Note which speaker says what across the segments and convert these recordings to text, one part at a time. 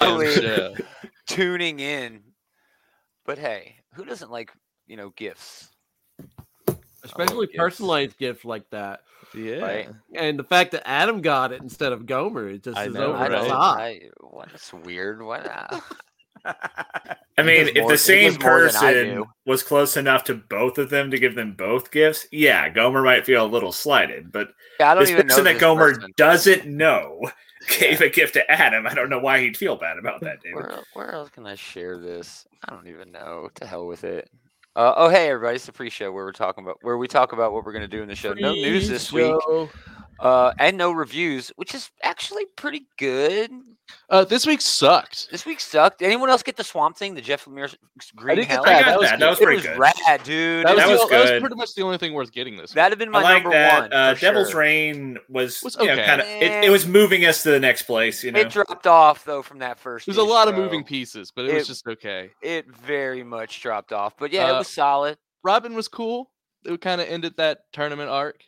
Speaker 1: Yeah.
Speaker 2: tuning in. But hey, who doesn't like you know gifts?
Speaker 3: Especially
Speaker 1: gifts.
Speaker 3: personalized gift like that.
Speaker 1: Yeah.
Speaker 2: Right.
Speaker 3: And the fact that Adam got it instead of Gomer, it just
Speaker 1: I
Speaker 3: is
Speaker 4: Oh,
Speaker 1: know,
Speaker 3: over
Speaker 2: I
Speaker 3: the
Speaker 2: don't.
Speaker 3: top.
Speaker 2: I, what, that's weird. What? uh,
Speaker 4: I mean,
Speaker 2: does
Speaker 4: if
Speaker 2: more-
Speaker 4: the
Speaker 2: he
Speaker 4: same
Speaker 2: does more than I
Speaker 4: person
Speaker 2: do.
Speaker 4: was close enough to both of them to give them both gifts, yeah, Gomer might feel a little slighted. But
Speaker 2: Yeah, I don't
Speaker 4: this
Speaker 2: even know
Speaker 4: person that
Speaker 2: this
Speaker 4: Gomer
Speaker 2: person.
Speaker 4: doesn't know gave a gift to Adam. I don't know why he'd feel bad about that, dude.
Speaker 2: Where, el- where else can I share this? I don't even know. To hell with it. Uh, oh hey everybody, it's the pre-show where we're talking about where we talk about what we're going to do in the show. No news this week,
Speaker 3: Pre-show.
Speaker 2: uh, and no reviews, which is actually pretty good.
Speaker 1: Uh, this week sucked.
Speaker 2: This week sucked. Did anyone else get the Swamp Thing? The Jeff Lemire s- s- green
Speaker 1: did get
Speaker 2: hell?
Speaker 1: that.
Speaker 4: I
Speaker 1: that
Speaker 4: got
Speaker 1: was
Speaker 4: that. That was
Speaker 2: It
Speaker 4: pretty
Speaker 2: was
Speaker 4: good.
Speaker 2: rad, dude.
Speaker 1: That was,
Speaker 4: That
Speaker 1: the
Speaker 4: was
Speaker 1: o- that was
Speaker 4: good.
Speaker 1: pretty much the only thing worth getting this.
Speaker 2: That'd have been my
Speaker 4: I like
Speaker 2: number
Speaker 4: that.
Speaker 2: one.
Speaker 4: uh,
Speaker 2: for
Speaker 4: Devil's
Speaker 2: sure.
Speaker 4: Rain was,
Speaker 1: Was
Speaker 4: you know,
Speaker 1: okay.
Speaker 4: kind of it, it was moving us to the next place. You know,
Speaker 2: It dropped off though from that first.
Speaker 1: week. There's a lot of moving
Speaker 2: pieces.
Speaker 1: pieces, but it, was
Speaker 2: It-
Speaker 1: just okay.
Speaker 2: It very much dropped off, but yeah, it
Speaker 1: Uh,
Speaker 2: was solid.
Speaker 1: Robin was cool. It kind of ended that tournament arc.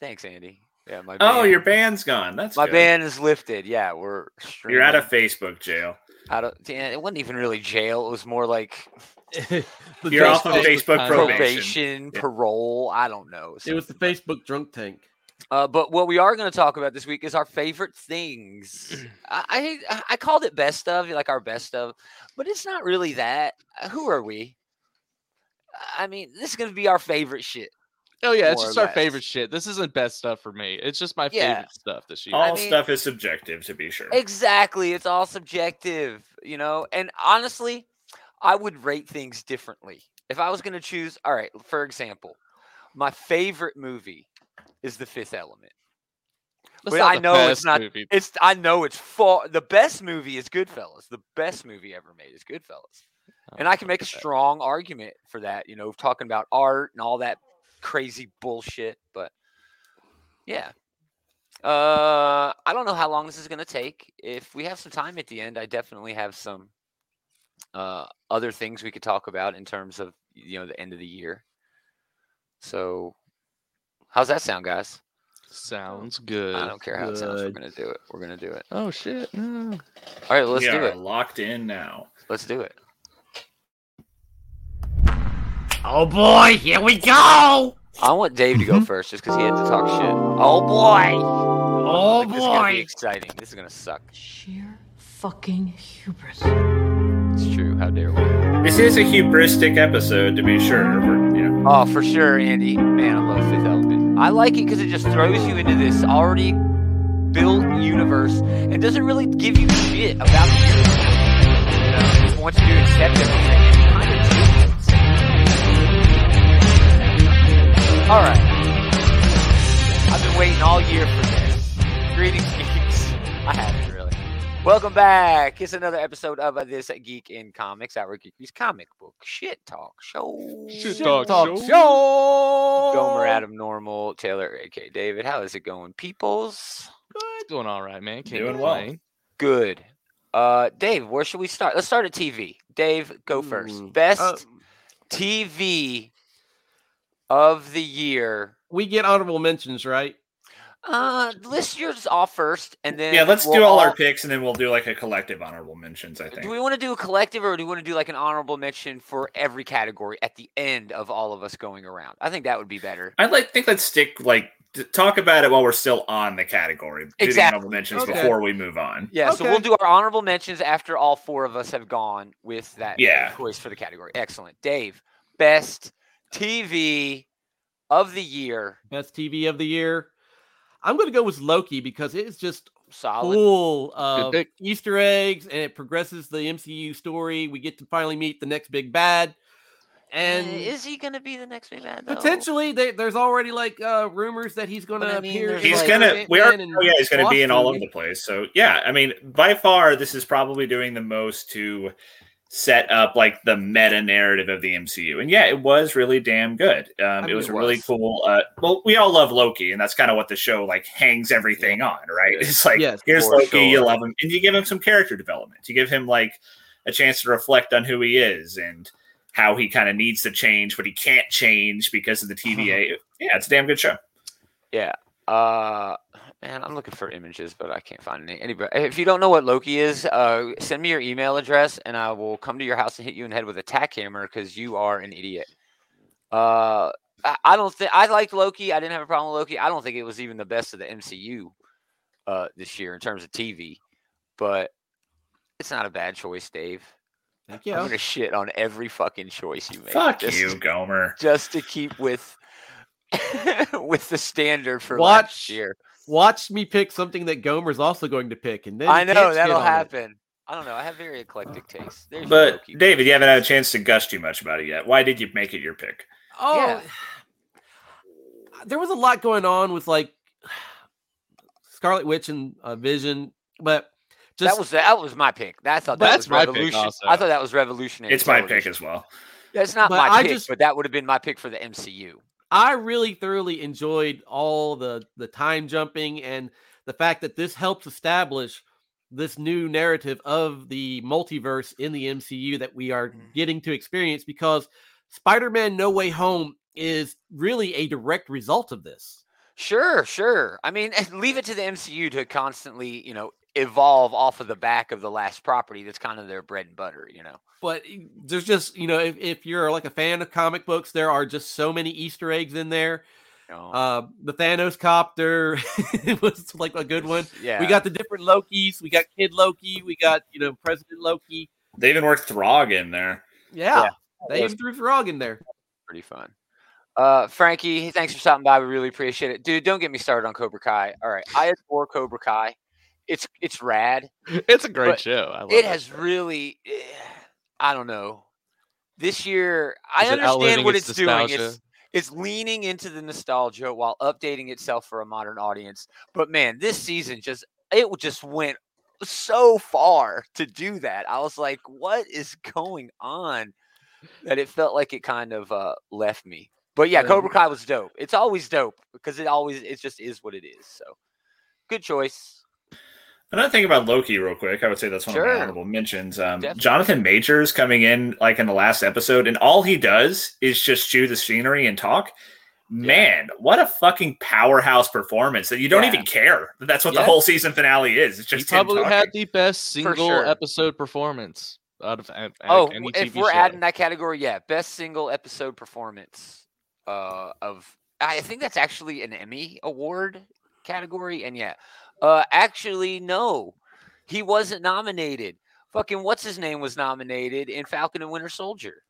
Speaker 2: Thanks, Andy. Yeah, my
Speaker 4: oh,
Speaker 2: band-
Speaker 4: your band's gone. That's
Speaker 2: my
Speaker 4: good.
Speaker 2: ban is lifted. Yeah, we're
Speaker 4: You're out of
Speaker 2: streaming
Speaker 4: Facebook jail.
Speaker 2: out of. yeah, It wasn't even really jail. It was more like
Speaker 3: The
Speaker 4: You're off of
Speaker 3: Facebook-
Speaker 4: Facebook
Speaker 1: Facebook
Speaker 4: probation.
Speaker 2: probation,
Speaker 4: Yeah.
Speaker 2: parole. I don't know.
Speaker 3: It was the
Speaker 2: something.
Speaker 3: Facebook drunk tank.
Speaker 2: Uh, but what we are going to talk about this week is our favorite things. I, I I called it best of, like our best of, but it's not really that. Uh, Who are we? I mean, this is going to be our favorite shit.
Speaker 1: Oh yeah, it's
Speaker 2: More or
Speaker 1: just our
Speaker 2: less.
Speaker 1: favorite shit. This isn't best stuff for me. It's just my
Speaker 2: Yeah.
Speaker 1: favorite stuff this year.
Speaker 4: All
Speaker 2: mean-
Speaker 4: stuff is subjective, to be sure.
Speaker 2: Exactly. It's all subjective, you know? And honestly, I would rate things differently. If I was going to choose, all right, for example, my favorite movie is The Fifth Element.
Speaker 1: That's
Speaker 2: But
Speaker 1: not
Speaker 2: I
Speaker 1: the
Speaker 2: know it's
Speaker 1: best
Speaker 2: not-
Speaker 1: Movie.
Speaker 2: It's I know it's far the best movie is Goodfellas. The best movie ever made is Goodfellas. And I can make a strong argument for that, you know, talking about art and all that crazy bullshit, but yeah. Uh I don't know how long this is going to take. If we have some time at the end, I definitely have some uh other things we could talk about in terms of, you know, the end of the year. So how's that sound, guys?
Speaker 1: Sounds good.
Speaker 2: I don't care how it sounds. We're
Speaker 3: good.
Speaker 2: going to do it. We're going to do it.
Speaker 1: Oh shit! No.
Speaker 2: All right, let's
Speaker 4: we
Speaker 2: do
Speaker 4: are
Speaker 2: it.
Speaker 4: locked in now.
Speaker 2: Let's do it.
Speaker 3: Oh boy, here we go!
Speaker 2: I want Dave to go
Speaker 1: Mm-hmm.
Speaker 2: first just because he had to talk shit. Oh boy!
Speaker 3: Oh
Speaker 2: Like, this is gonna be exciting. This is gonna suck.
Speaker 5: Sheer fucking hubris.
Speaker 2: It's true. How dare we?
Speaker 4: This is a hubristic episode, to be sure. We're, you know,
Speaker 2: Oh, for sure, Andy. Man, I love Fifth Element. I like it because it just throws you into this already built universe and doesn't really give you shit about the universe. You know, just wants you to accept everything. and kind of do it. All right. I've been waiting all year for this. Greetings, geeks. I haven't really. Welcome back. It's another episode of uh, this Geek in Comics, our Geeky's comic book shit talk show.
Speaker 1: Shit
Speaker 3: Talk,
Speaker 1: Talk
Speaker 3: show.
Speaker 1: show.
Speaker 2: Gomer, Adam, Normal, Taylor, aka David. How is it going, peoples?
Speaker 1: Doing all right, man. Can't
Speaker 4: Doing well.
Speaker 1: complain.
Speaker 2: Good. Uh, Dave, where should we start? Let's start at TV. Dave, go
Speaker 4: Hmm.
Speaker 3: Ooh.
Speaker 2: first. Best
Speaker 4: Oh.
Speaker 3: Uh,
Speaker 2: TV of the year.
Speaker 3: we get honorable mentions, right?
Speaker 2: Uh, list yours off first, and then
Speaker 4: yeah, let's
Speaker 2: we'll
Speaker 4: do all
Speaker 2: all-
Speaker 4: our picks, and then we'll do like a collective honorable mentions. I
Speaker 2: Do
Speaker 4: think.
Speaker 2: we want to do a collective, or do we want to do like an honorable mention for every category at the end of all of us going around? I think that would be better.
Speaker 4: I like think let's stick like t- talk about it while we're still on the category. do the
Speaker 2: Exactly.
Speaker 4: honorable mentions
Speaker 3: Okay.
Speaker 4: before we move on.
Speaker 2: Yeah, so we'll
Speaker 3: Okay.
Speaker 2: do our honorable mentions after all four of us have gone with that
Speaker 4: Yeah.
Speaker 2: choice for the category. Excellent. Dave, best TV of the year.
Speaker 3: Best TV of the year. I'm going to go with Loki because it is just
Speaker 2: Solid.
Speaker 3: full of
Speaker 1: pick.
Speaker 3: Easter eggs and it progresses the MCU story. We get to finally meet the next big bad.
Speaker 2: and
Speaker 3: And
Speaker 2: Eh, is he going to be the next big man? Though?
Speaker 3: potentially they, there's already like uh rumors that he's going
Speaker 2: But
Speaker 3: to
Speaker 2: I mean,
Speaker 3: appear.
Speaker 2: there's
Speaker 3: in,
Speaker 4: He's
Speaker 2: like-
Speaker 3: like,
Speaker 4: gonna. We are.
Speaker 3: Ant-Man
Speaker 4: Oh yeah,
Speaker 3: and
Speaker 4: he's gonna be in all over
Speaker 3: Wasp
Speaker 4: the place. So yeah, I mean, by far, this is probably doing the most to set up like the meta narrative of the MCU. And yeah, it was really damn good. Um,
Speaker 3: mean,
Speaker 4: it was
Speaker 3: it
Speaker 4: really
Speaker 3: was.
Speaker 4: cool. Uh, well, we all love Loki, and that's kind of what the show like hangs everything on, right? It's like
Speaker 3: Yes,
Speaker 4: here's
Speaker 2: for
Speaker 4: Loki, you
Speaker 2: sure.
Speaker 4: love him, and you give him some character development. You give him like a chance to reflect on who he is and how he kind of needs to change, but he can't change because of the TVA. yeah, it's a damn good show.
Speaker 2: Uh, Man, I'm looking for images, but I can't find any. Anybody, if you don't know what Loki is, uh, send me your email address, and I will come to your house and hit you in the head with a tack hammer because you are an idiot. Uh, I, I don't think I liked Loki. I didn't have a problem with Loki. I don't think it was even the best of the MCU uh, this year in terms of TV, but it's not a bad choice, Dave.
Speaker 3: Thank
Speaker 2: I'm
Speaker 3: you.
Speaker 2: gonna shit on every fucking choice you make.
Speaker 4: Fuck
Speaker 2: just,
Speaker 4: you, Gomer.
Speaker 2: Just to keep with with the standard for
Speaker 3: Watch
Speaker 2: last year.
Speaker 3: Watch me pick something that Gomer's also going to pick, and then
Speaker 2: I
Speaker 3: you can't
Speaker 2: know
Speaker 3: shit
Speaker 2: that'll
Speaker 3: on it.
Speaker 2: happen. I don't know. I have very eclectic tastes. There's your
Speaker 4: But
Speaker 2: Loki.
Speaker 4: David, you haven't had a chance to gush too much about it yet. Why did you make it your pick?
Speaker 3: Oh,
Speaker 2: Yeah.
Speaker 3: there was a lot going on with like Scarlet Witch and uh, Vision, but just
Speaker 2: that was that was my pick. I thought that
Speaker 1: That's
Speaker 2: was
Speaker 1: my pick
Speaker 2: revolution.
Speaker 1: also.
Speaker 2: I thought that was revolutionary.
Speaker 4: It's my pick
Speaker 2: television.
Speaker 4: as well.
Speaker 2: That's not
Speaker 3: But
Speaker 2: my
Speaker 3: I
Speaker 2: pick,
Speaker 3: just-
Speaker 2: but that would have been my pick for the MCU.
Speaker 3: I really thoroughly enjoyed all the the time jumping and the fact that this helps establish this new narrative of the multiverse in the MCU that we are
Speaker 2: Mhm.
Speaker 3: getting to experience because Spider-Man No Way Home is really a direct result of this.
Speaker 2: Sure, sure. I mean, leave it to the MCU to constantly, you know, evolve off of the back of the last property. That's kind of their bread and butter, you know.
Speaker 3: But y- there's just, you know, if, if you're like a fan of comic books, there are just so many Easter eggs in there.
Speaker 2: Oh,
Speaker 3: Uh, the Thanos copter was like a good one.
Speaker 2: Yeah.
Speaker 3: We got the different Lokis. We got Kid Loki. We got, you know, President Loki.
Speaker 4: They even worked Throg in there.
Speaker 3: Yeah.
Speaker 2: Yeah.
Speaker 3: They even threw Frog in there.
Speaker 2: pretty fun. Uh, Frankie, thanks for stopping by. We really appreciate it, dude. Don't get me started on Cobra Kai. All right, I adore Cobra Kai. It's it's rad.
Speaker 1: It's a great
Speaker 2: But
Speaker 1: show. I love
Speaker 2: it
Speaker 1: that
Speaker 2: has
Speaker 1: show.
Speaker 2: really, eh, I don't know. This year, I
Speaker 1: Is it
Speaker 2: understand
Speaker 1: outliving
Speaker 2: what
Speaker 1: its
Speaker 2: it's, doing. It's
Speaker 1: nostalgia?
Speaker 2: it's leaning into the nostalgia while updating itself for a modern audience. But man, this season just it w- just went so far to do that. I was like, what is going on? That it felt like it kind of uh, left me. But yeah,
Speaker 3: Yeah.
Speaker 2: Cobra Kai was dope. It's always dope because it always it just is what it is. So good choice.
Speaker 4: Another thing about Loki, real quick, I would say that's one of
Speaker 2: Sure.
Speaker 4: my honorable mentions. Um,
Speaker 2: Definitely.
Speaker 4: Jonathan Majors coming in like in the last episode, and all he does is just chew the scenery and talk. Man, what a fucking powerhouse performance that you don't
Speaker 2: Yeah.
Speaker 4: even care. that That's what
Speaker 2: Yeah.
Speaker 4: the whole season finale is. It's
Speaker 1: He
Speaker 4: just him
Speaker 1: probably
Speaker 4: talking.
Speaker 1: had the best single
Speaker 2: sure.
Speaker 1: episode performance out of a-
Speaker 2: Oh,
Speaker 1: out of any
Speaker 2: w- if
Speaker 1: TV
Speaker 2: we're
Speaker 1: show.
Speaker 2: adding that category, yeah, best single episode performance uh, of I think that's actually an Emmy award category, and yeah, uh, actually no, he wasn't nominated. Fucking what's his name was nominated in Falcon and Winter Soldier.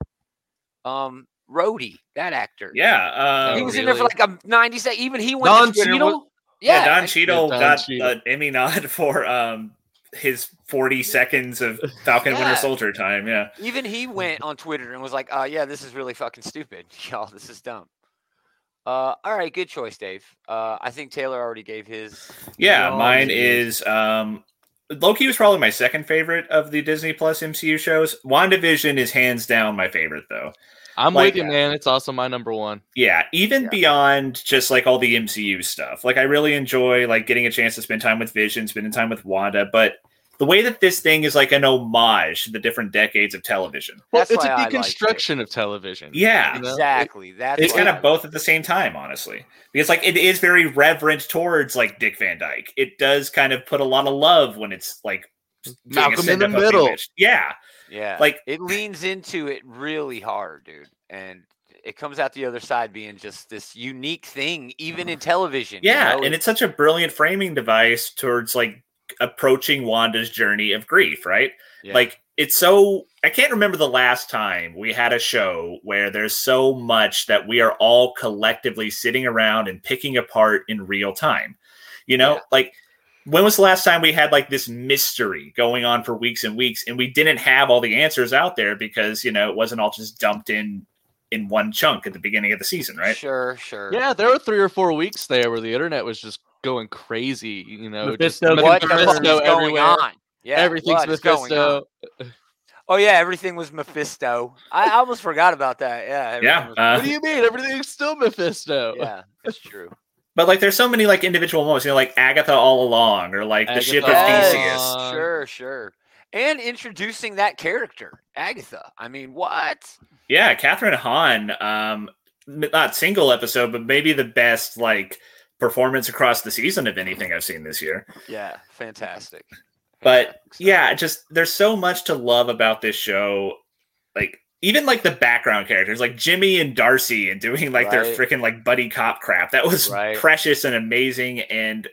Speaker 2: Um, Rhodey, that actor.
Speaker 4: yeah, uh,
Speaker 2: he
Speaker 1: Oh,
Speaker 2: was in there for
Speaker 1: really?
Speaker 2: like a ninety second. Even he went.
Speaker 3: Don
Speaker 2: to Twitter and was-
Speaker 3: Cheadle?
Speaker 4: yeah,
Speaker 2: Yeah,
Speaker 4: Don
Speaker 2: I-
Speaker 4: Cheadle
Speaker 1: Don
Speaker 4: got
Speaker 1: Cheadle.
Speaker 4: an Emmy nod for um, his 40 seconds of Falcon
Speaker 2: Yeah.
Speaker 4: Winter Soldier time. Yeah.
Speaker 2: Even he went on Twitter and was like, "Uh, yeah, this is really fucking stupid, y'all. This is dumb." Uh, all right, good choice, Dave. Uh, I think Taylor already gave his.
Speaker 4: Yeah,
Speaker 3: Y'all
Speaker 4: mine
Speaker 3: need-
Speaker 4: is um Loki was probably my second favorite of the Disney Plus MCU shows. WandaVision is hands down my favorite though.
Speaker 1: I'm
Speaker 4: like
Speaker 1: with you,
Speaker 4: that.
Speaker 1: man. It's also my number one.
Speaker 4: Yeah, even
Speaker 2: Yeah.
Speaker 4: beyond just like all the MCU stuff. Like I really enjoy like getting a chance to spend time with Vision, spending time with Wanda, but the way that this thing is like an homage to the different decades of television.
Speaker 1: Well,
Speaker 2: That's
Speaker 1: it's a
Speaker 2: why I liked it.
Speaker 1: deconstruction of television.
Speaker 4: Yeah.
Speaker 1: You know?
Speaker 2: Exactly. That's
Speaker 4: It's
Speaker 2: why
Speaker 4: kind
Speaker 2: I-
Speaker 4: of both at the same time, honestly. Because like it is very reverent towards like Dick Van Dyke. It does kind of put a lot of love when it's like doing a
Speaker 1: Malcolm in the
Speaker 4: send-up of
Speaker 1: Middle.
Speaker 4: image. Yeah.
Speaker 2: Yeah,
Speaker 4: like-
Speaker 2: it leans into it really hard, dude, and it comes out the other side being just this unique thing, even in television. you
Speaker 4: Yeah,
Speaker 2: know?
Speaker 4: and it's such a brilliant framing device towards like approaching Wanda's journey of grief, right?
Speaker 2: Yeah.
Speaker 4: Like it's so I can't remember the last time we had a show where there's so much that we are all collectively sitting around and picking apart in real time. You know,
Speaker 2: Yeah.
Speaker 4: like when was the last time we had like this mystery going on for weeks and weeks and we didn't have all the answers out there because, you know, it wasn't all just dumped in in one chunk at the beginning of the season, right?
Speaker 2: sure, sure.
Speaker 1: Yeah, there were three or four weeks there where the internet was just going crazy. You know,
Speaker 3: Mephisto
Speaker 1: just
Speaker 2: What the
Speaker 3: Mephisto
Speaker 2: fuck is going
Speaker 1: everywhere.
Speaker 2: on? Yeah,
Speaker 1: Everything's
Speaker 2: what is going on?
Speaker 1: Mephisto.
Speaker 2: Oh yeah, everything was Mephisto. I I almost forgot about that. Yeah. everything
Speaker 4: Yeah.
Speaker 2: was
Speaker 4: uh,
Speaker 1: What do you mean? Everything's still Mephisto.
Speaker 2: Yeah, that's true.
Speaker 4: But like, there's so many like individual moments, you know, like Agatha all along, or like the ship of
Speaker 1: Agatha All
Speaker 4: Theseus.
Speaker 1: Along. Theseus.
Speaker 2: Sure, sure. And introducing that character, Agatha. I mean, what?
Speaker 4: Yeah, Catherine Hahn. Um, m- not single episode, but maybe the best like performance across the season of anything I've seen this year.
Speaker 2: Yeah, fantastic.
Speaker 4: But
Speaker 2: Fantastic. So-
Speaker 4: yeah, just there's so much to love about this show. Like even like the background characters, like Jimmy and Darcy, and doing like their
Speaker 2: Right.
Speaker 4: freaking like buddy cop crap. That was
Speaker 2: Right.
Speaker 4: precious and amazing, and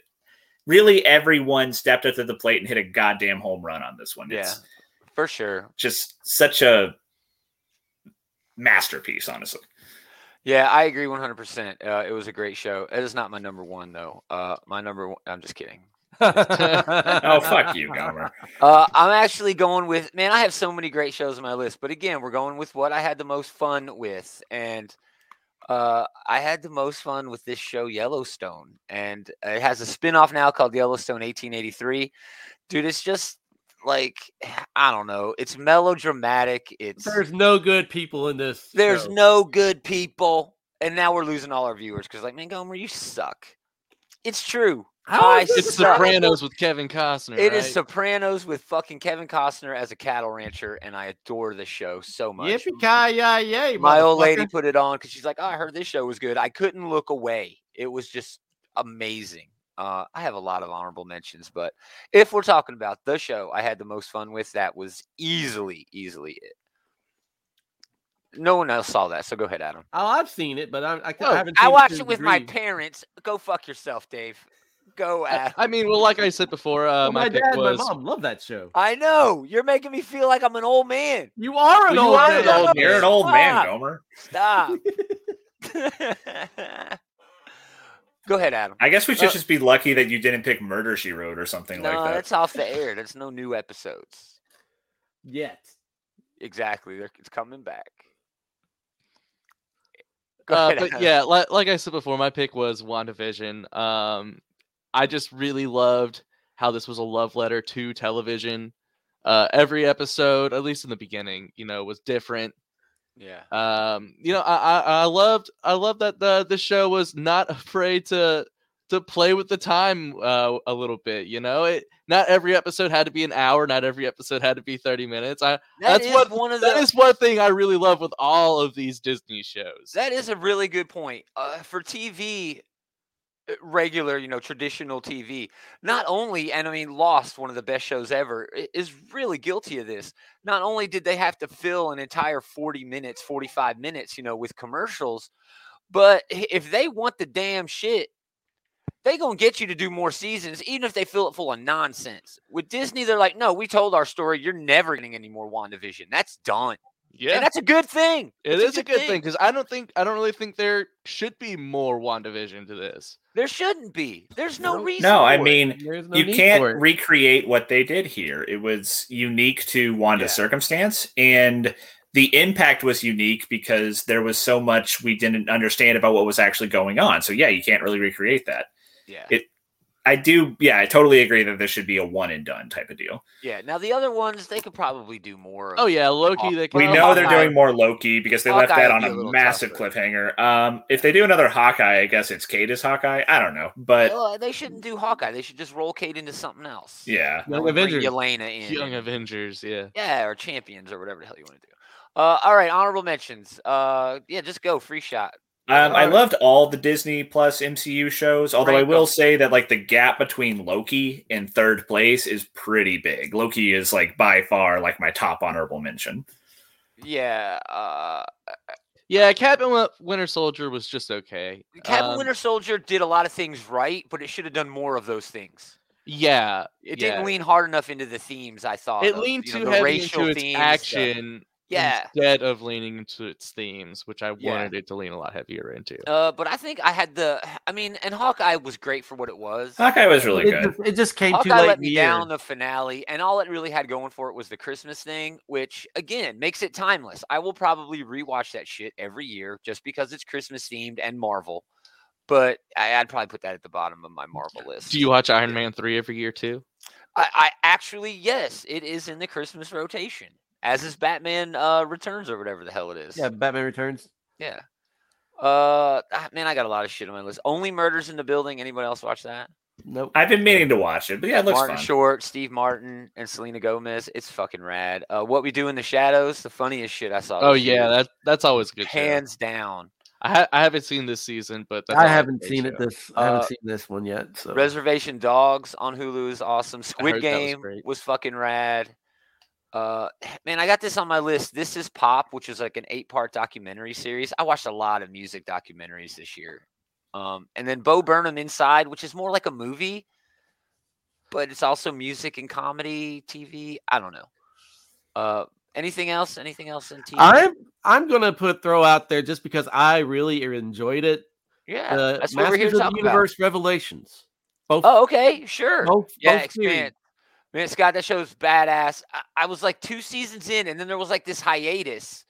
Speaker 4: really everyone stepped up to the plate and hit a goddamn home run on this one. It's
Speaker 2: for sure.
Speaker 4: just such a masterpiece, honestly.
Speaker 2: Yeah, I agree 100%. Uh, it was a great show. It is not my number one, though. Uh, my number one, I'm just kidding.
Speaker 4: Oh
Speaker 2: oh,
Speaker 4: fuck you, Gomer.
Speaker 2: Uh, I'm actually going with man. I have so many great shows on my list, but again, we're going with what I had the most fun with, and uh, I had the most fun with this show Yellowstone, and it has a spin-off now called Yellowstone 1883. Dude, it's just like I don't know. It's melodramatic. It's
Speaker 3: There's no good people in this.
Speaker 2: there's
Speaker 3: show.
Speaker 2: no good people, and now we're losing all our viewers because like, man, Gomer, you suck. It's true.
Speaker 3: How
Speaker 2: I
Speaker 3: is this
Speaker 1: It's
Speaker 3: suck.
Speaker 1: Sopranos with Kevin Costner.
Speaker 2: It is
Speaker 1: right?
Speaker 2: Sopranos with fucking Kevin Costner as a cattle rancher, and I adore the show so much.
Speaker 3: Yippee ki yay!
Speaker 2: My old lady put it on because she's like, oh, I heard this show was good. I couldn't look away. It was just amazing. Uh, I have a lot of honorable mentions, but if we're talking about the show I had the most fun with, that was easily, easily it. No one else saw that, so go ahead, Adam.
Speaker 3: Oh, I've seen it, but I, I,
Speaker 1: Whoa,
Speaker 3: haven't.
Speaker 2: I
Speaker 3: seen
Speaker 2: watched
Speaker 3: to
Speaker 2: it with my
Speaker 3: the degree.
Speaker 2: parents. Go fuck yourself, Dave. Go,
Speaker 1: I,
Speaker 2: Adam.
Speaker 1: I mean, well, like I said before, uh,
Speaker 3: Well,
Speaker 1: my,
Speaker 3: Oh, my
Speaker 1: pick
Speaker 3: dad, and
Speaker 1: was
Speaker 3: my mom love that show.
Speaker 2: I know you're making me feel like I'm an old man.
Speaker 3: You are an
Speaker 2: You
Speaker 3: old
Speaker 2: are
Speaker 3: man.
Speaker 2: an old man.
Speaker 4: You're an old man,
Speaker 2: Fuck.
Speaker 4: Gomer.
Speaker 2: Stop. Go ahead, Adam.
Speaker 4: I guess we should
Speaker 2: Uh,
Speaker 4: just be lucky that you didn't pick Murder She Wrote or something
Speaker 2: No,
Speaker 4: like that.
Speaker 2: that's off the air. That's no new episodes.
Speaker 3: Yet.
Speaker 2: Exactly. They're, it's coming back. Go
Speaker 1: Uh,
Speaker 2: ahead,
Speaker 1: but
Speaker 2: Adam.
Speaker 1: yeah, like, like I said before, my pick was WandaVision. Um, I just really loved how this was a love letter to television. Uh, every episode, at least in the beginning, you know, was different.
Speaker 2: Yeah.
Speaker 1: Um, you know, I, I I loved I loved that the the show was not afraid to to play with the time uh, a little bit. You know, it not every episode had to be an hour, not every episode had to be thirty minutes. I
Speaker 2: That
Speaker 1: That's
Speaker 2: is
Speaker 1: what-
Speaker 2: one of the.
Speaker 1: that is one thing I really love with all of these Disney shows.
Speaker 2: That is a really good point. Uh, for TV, uh, regular, you know, traditional TV, not only, and I mean, Lost, one of the best shows ever, i- is really guilty of this. Not only did they have to fill an entire 40 minutes, 45 minutes, you know, with commercials, but i- if they want the damn shit, they gonna get you to do more seasons, even if they fill it full of nonsense. With Disney, they're like, "No, we told our story. You're never getting any more Wandavision. That's done,
Speaker 1: yeah,
Speaker 2: and that's a good thing.
Speaker 1: It is a good thing because I don't think I don't really think there should be more WandaVision to this.
Speaker 2: There shouldn't be. There's no
Speaker 3: No,
Speaker 2: reason.
Speaker 4: no, I
Speaker 2: for it.
Speaker 4: mean,
Speaker 3: There's no
Speaker 4: you
Speaker 3: need
Speaker 4: can't
Speaker 3: for it.
Speaker 4: recreate what they did here. It was unique to Wanda's
Speaker 2: Yeah.
Speaker 4: circumstance, and the impact was unique because there was so much we didn't understand about what was actually going on. So yeah, you can't really recreate that.
Speaker 2: yeah,
Speaker 4: it- I do, yeah, I totally agree that this should be a one and done type of deal.
Speaker 2: yeah. Now the other ones, they could probably do more.
Speaker 1: Oh
Speaker 2: of.
Speaker 1: yeah, Loki.
Speaker 2: Hawk-
Speaker 1: They
Speaker 4: We
Speaker 1: can-
Speaker 4: know
Speaker 2: Hawkeye-
Speaker 4: they're doing more Loki because they left
Speaker 2: Hawkeye
Speaker 4: that
Speaker 2: would
Speaker 4: on
Speaker 2: be a
Speaker 4: a
Speaker 2: little
Speaker 4: massive
Speaker 2: tougher.
Speaker 4: cliffhanger. Um, if they do another Hawkeye, I guess it's Kate as Hawkeye. I don't know, but
Speaker 2: Well, they shouldn't do Hawkeye. They should just roll Kate into something else.
Speaker 4: yeah,
Speaker 2: You know,
Speaker 3: Young
Speaker 2: and bring
Speaker 3: Avengers.
Speaker 2: Yelena in.
Speaker 1: Young
Speaker 2: and-
Speaker 1: Avengers. Yeah.
Speaker 2: yeah, or Champions or whatever the hell you want to do. Uh, all right, honorable mentions. Uh, yeah, just go free shot.
Speaker 4: Um, I
Speaker 2: Alright.
Speaker 4: loved all the Disney Plus MCU shows, although I
Speaker 2: Rank 'em.
Speaker 4: will say that like the gap between Loki and third place is pretty big. Loki is like by far like my top honorable mention.
Speaker 2: Yeah, uh,
Speaker 1: Yeah. Captain Win- Winter Soldier was just okay.
Speaker 2: Captain
Speaker 1: Um,
Speaker 2: Winter Soldier did a lot of things right, but it should have done more of those things.
Speaker 1: Yeah.
Speaker 2: It
Speaker 1: yeah.
Speaker 2: didn't lean hard enough into the themes I thought.
Speaker 1: It
Speaker 2: of,
Speaker 1: leaned
Speaker 2: you know,
Speaker 1: too
Speaker 2: the
Speaker 1: heavy
Speaker 2: racial
Speaker 1: into its
Speaker 2: themes, the-
Speaker 1: action.
Speaker 2: Yeah.
Speaker 1: Instead of leaning into its themes, which I
Speaker 2: Yeah.
Speaker 1: wanted it to lean a lot heavier into.
Speaker 2: Uh, but I think I had the. I mean, and Hawkeye was great for what it was.
Speaker 4: Hawkeye was really
Speaker 3: It,
Speaker 4: good.
Speaker 3: just- it just came too
Speaker 2: Hawkeye
Speaker 3: late
Speaker 2: let
Speaker 3: in the
Speaker 2: me
Speaker 3: year.
Speaker 2: down the finale, and all it really had going for it was the Christmas thing, which again makes it timeless. I will probably rewatch that shit every year just because it's Christmas themed and Marvel. But I, I'd probably put that at the bottom of my Marvel list.
Speaker 1: Do you watch Iron Man three every year too?
Speaker 2: I, I actually yes, it is in the Christmas rotation, as is Batman uh, Returns or whatever the hell it is.
Speaker 3: Yeah, Batman Returns.
Speaker 2: yeah. Uh, ah, man, I got a lot of shit on my list. Only murders in the building. Anybody else watch that?
Speaker 3: Nope.
Speaker 4: I've been meaning to watch it, but yeah, it looks
Speaker 2: Martin
Speaker 4: fun.
Speaker 2: Short, Steve Martin, and Selena Gomez. It's fucking rad. Uh, what we do in the shadows, the funniest shit I saw.
Speaker 1: Oh
Speaker 2: this year,
Speaker 1: yeah, that that's always a good. show.
Speaker 2: hands down.
Speaker 1: I, ha- I haven't seen this season, but that's
Speaker 3: I
Speaker 1: all I've
Speaker 3: haven't
Speaker 1: paid
Speaker 3: seen it
Speaker 1: show.
Speaker 3: this. I haven't
Speaker 2: Uh,
Speaker 3: seen this one yet. So
Speaker 2: Reservation Dogs on Hulu is awesome. Squid
Speaker 1: heard that was
Speaker 2: Game was,
Speaker 1: great.
Speaker 2: fucking rad. Uh, man, I got this on my list. This is Pop, which is like an eight-part documentary series. I watched a lot of music documentaries this year. Um, and then Bo Burnham Inside, which is more like a movie, but it's also music and comedy TV. I don't know. Uh, anything else? Anything else in TV?
Speaker 3: I'm I'm gonna put throw out there just because I really er, enjoyed it.
Speaker 2: yeah,
Speaker 3: uh,
Speaker 2: that's what we're
Speaker 3: Masters
Speaker 2: here
Speaker 3: of the
Speaker 2: talking about.
Speaker 3: Universe Revelations. Both,
Speaker 2: Oh, okay, sure.
Speaker 3: both,
Speaker 2: Yeah,
Speaker 3: both series.
Speaker 2: expand. Oh, Man, Scott, that show's badass. I, I was like two seasons in, and then there was like this hiatus,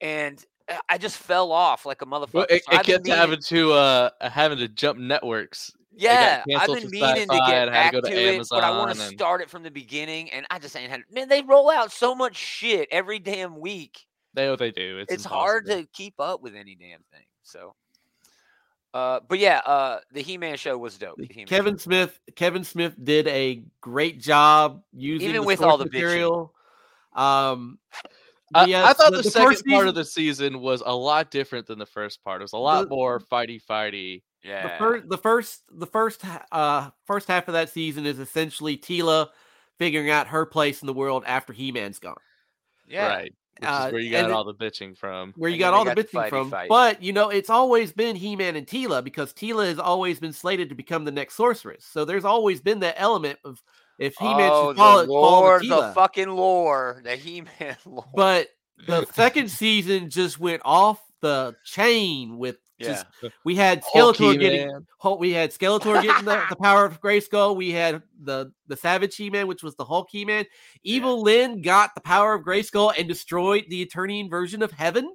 Speaker 2: and I- I just fell off like a motherfucker.
Speaker 1: Well, it,
Speaker 2: So
Speaker 1: it
Speaker 2: I've been
Speaker 1: kept
Speaker 2: meaning-
Speaker 1: having to uh having to jump networks. got
Speaker 2: yeah, I've
Speaker 1: canceled
Speaker 2: been
Speaker 1: for
Speaker 2: meaning to
Speaker 1: sci-fi
Speaker 2: get
Speaker 1: and had
Speaker 2: back
Speaker 1: to
Speaker 2: to,
Speaker 1: go to
Speaker 2: it, but I want to
Speaker 1: Amazon and-
Speaker 2: start it from the beginning, and I just ain't had. Man, they roll out so much shit every damn week.
Speaker 1: They know they do. It's,
Speaker 2: It's, hard
Speaker 1: impossible.
Speaker 2: to keep up with any damn thing. So, uh, but yeah, uh, the He-Man show was dope. the He-Man show.
Speaker 3: Kevin Smith. Kevin Smith did a great job using
Speaker 2: Even
Speaker 3: the
Speaker 2: with all
Speaker 3: source
Speaker 2: the bitching.
Speaker 3: material. Um,
Speaker 1: I, I
Speaker 3: yes,
Speaker 1: thought the, second
Speaker 3: uh, first
Speaker 1: part
Speaker 3: season-
Speaker 1: of the season was a lot different than the first part. It was a lot
Speaker 3: The-
Speaker 1: more fighty fighty.
Speaker 2: Yeah,
Speaker 3: the first the first the first ha- uh first half of that season is essentially Tila figuring out her place in the world after He-Man's gone.
Speaker 2: yeah.
Speaker 1: Right. Which
Speaker 3: Uh,
Speaker 1: is where you
Speaker 3: and
Speaker 1: got
Speaker 3: it-
Speaker 1: all the bitching from.
Speaker 3: Where you
Speaker 2: And then
Speaker 3: got
Speaker 2: they
Speaker 3: all the
Speaker 2: got the
Speaker 3: bitching
Speaker 2: fighty
Speaker 3: from,
Speaker 2: fight.
Speaker 3: but you know it's always been He-Man and Tila because Tila has always been slated to become the next sorceress. So there's always been that element of if He-Man
Speaker 2: oh,
Speaker 3: should fall,
Speaker 2: the
Speaker 3: it fall
Speaker 2: lore,
Speaker 3: to
Speaker 2: the
Speaker 3: Tila.
Speaker 2: fucking lore, the He-Man lore.
Speaker 3: but the second season just went off the chain with
Speaker 2: yeah,
Speaker 3: just we had
Speaker 1: Hulk
Speaker 3: Skeletor getting
Speaker 1: He-Man.
Speaker 3: Hulk, we had Skeletor getting the, the power of Grayskull. We had the the Savage He Man, which was the Hulk He Man. Evil Lynn got the power of Grayskull and destroyed the Eternian version of heaven.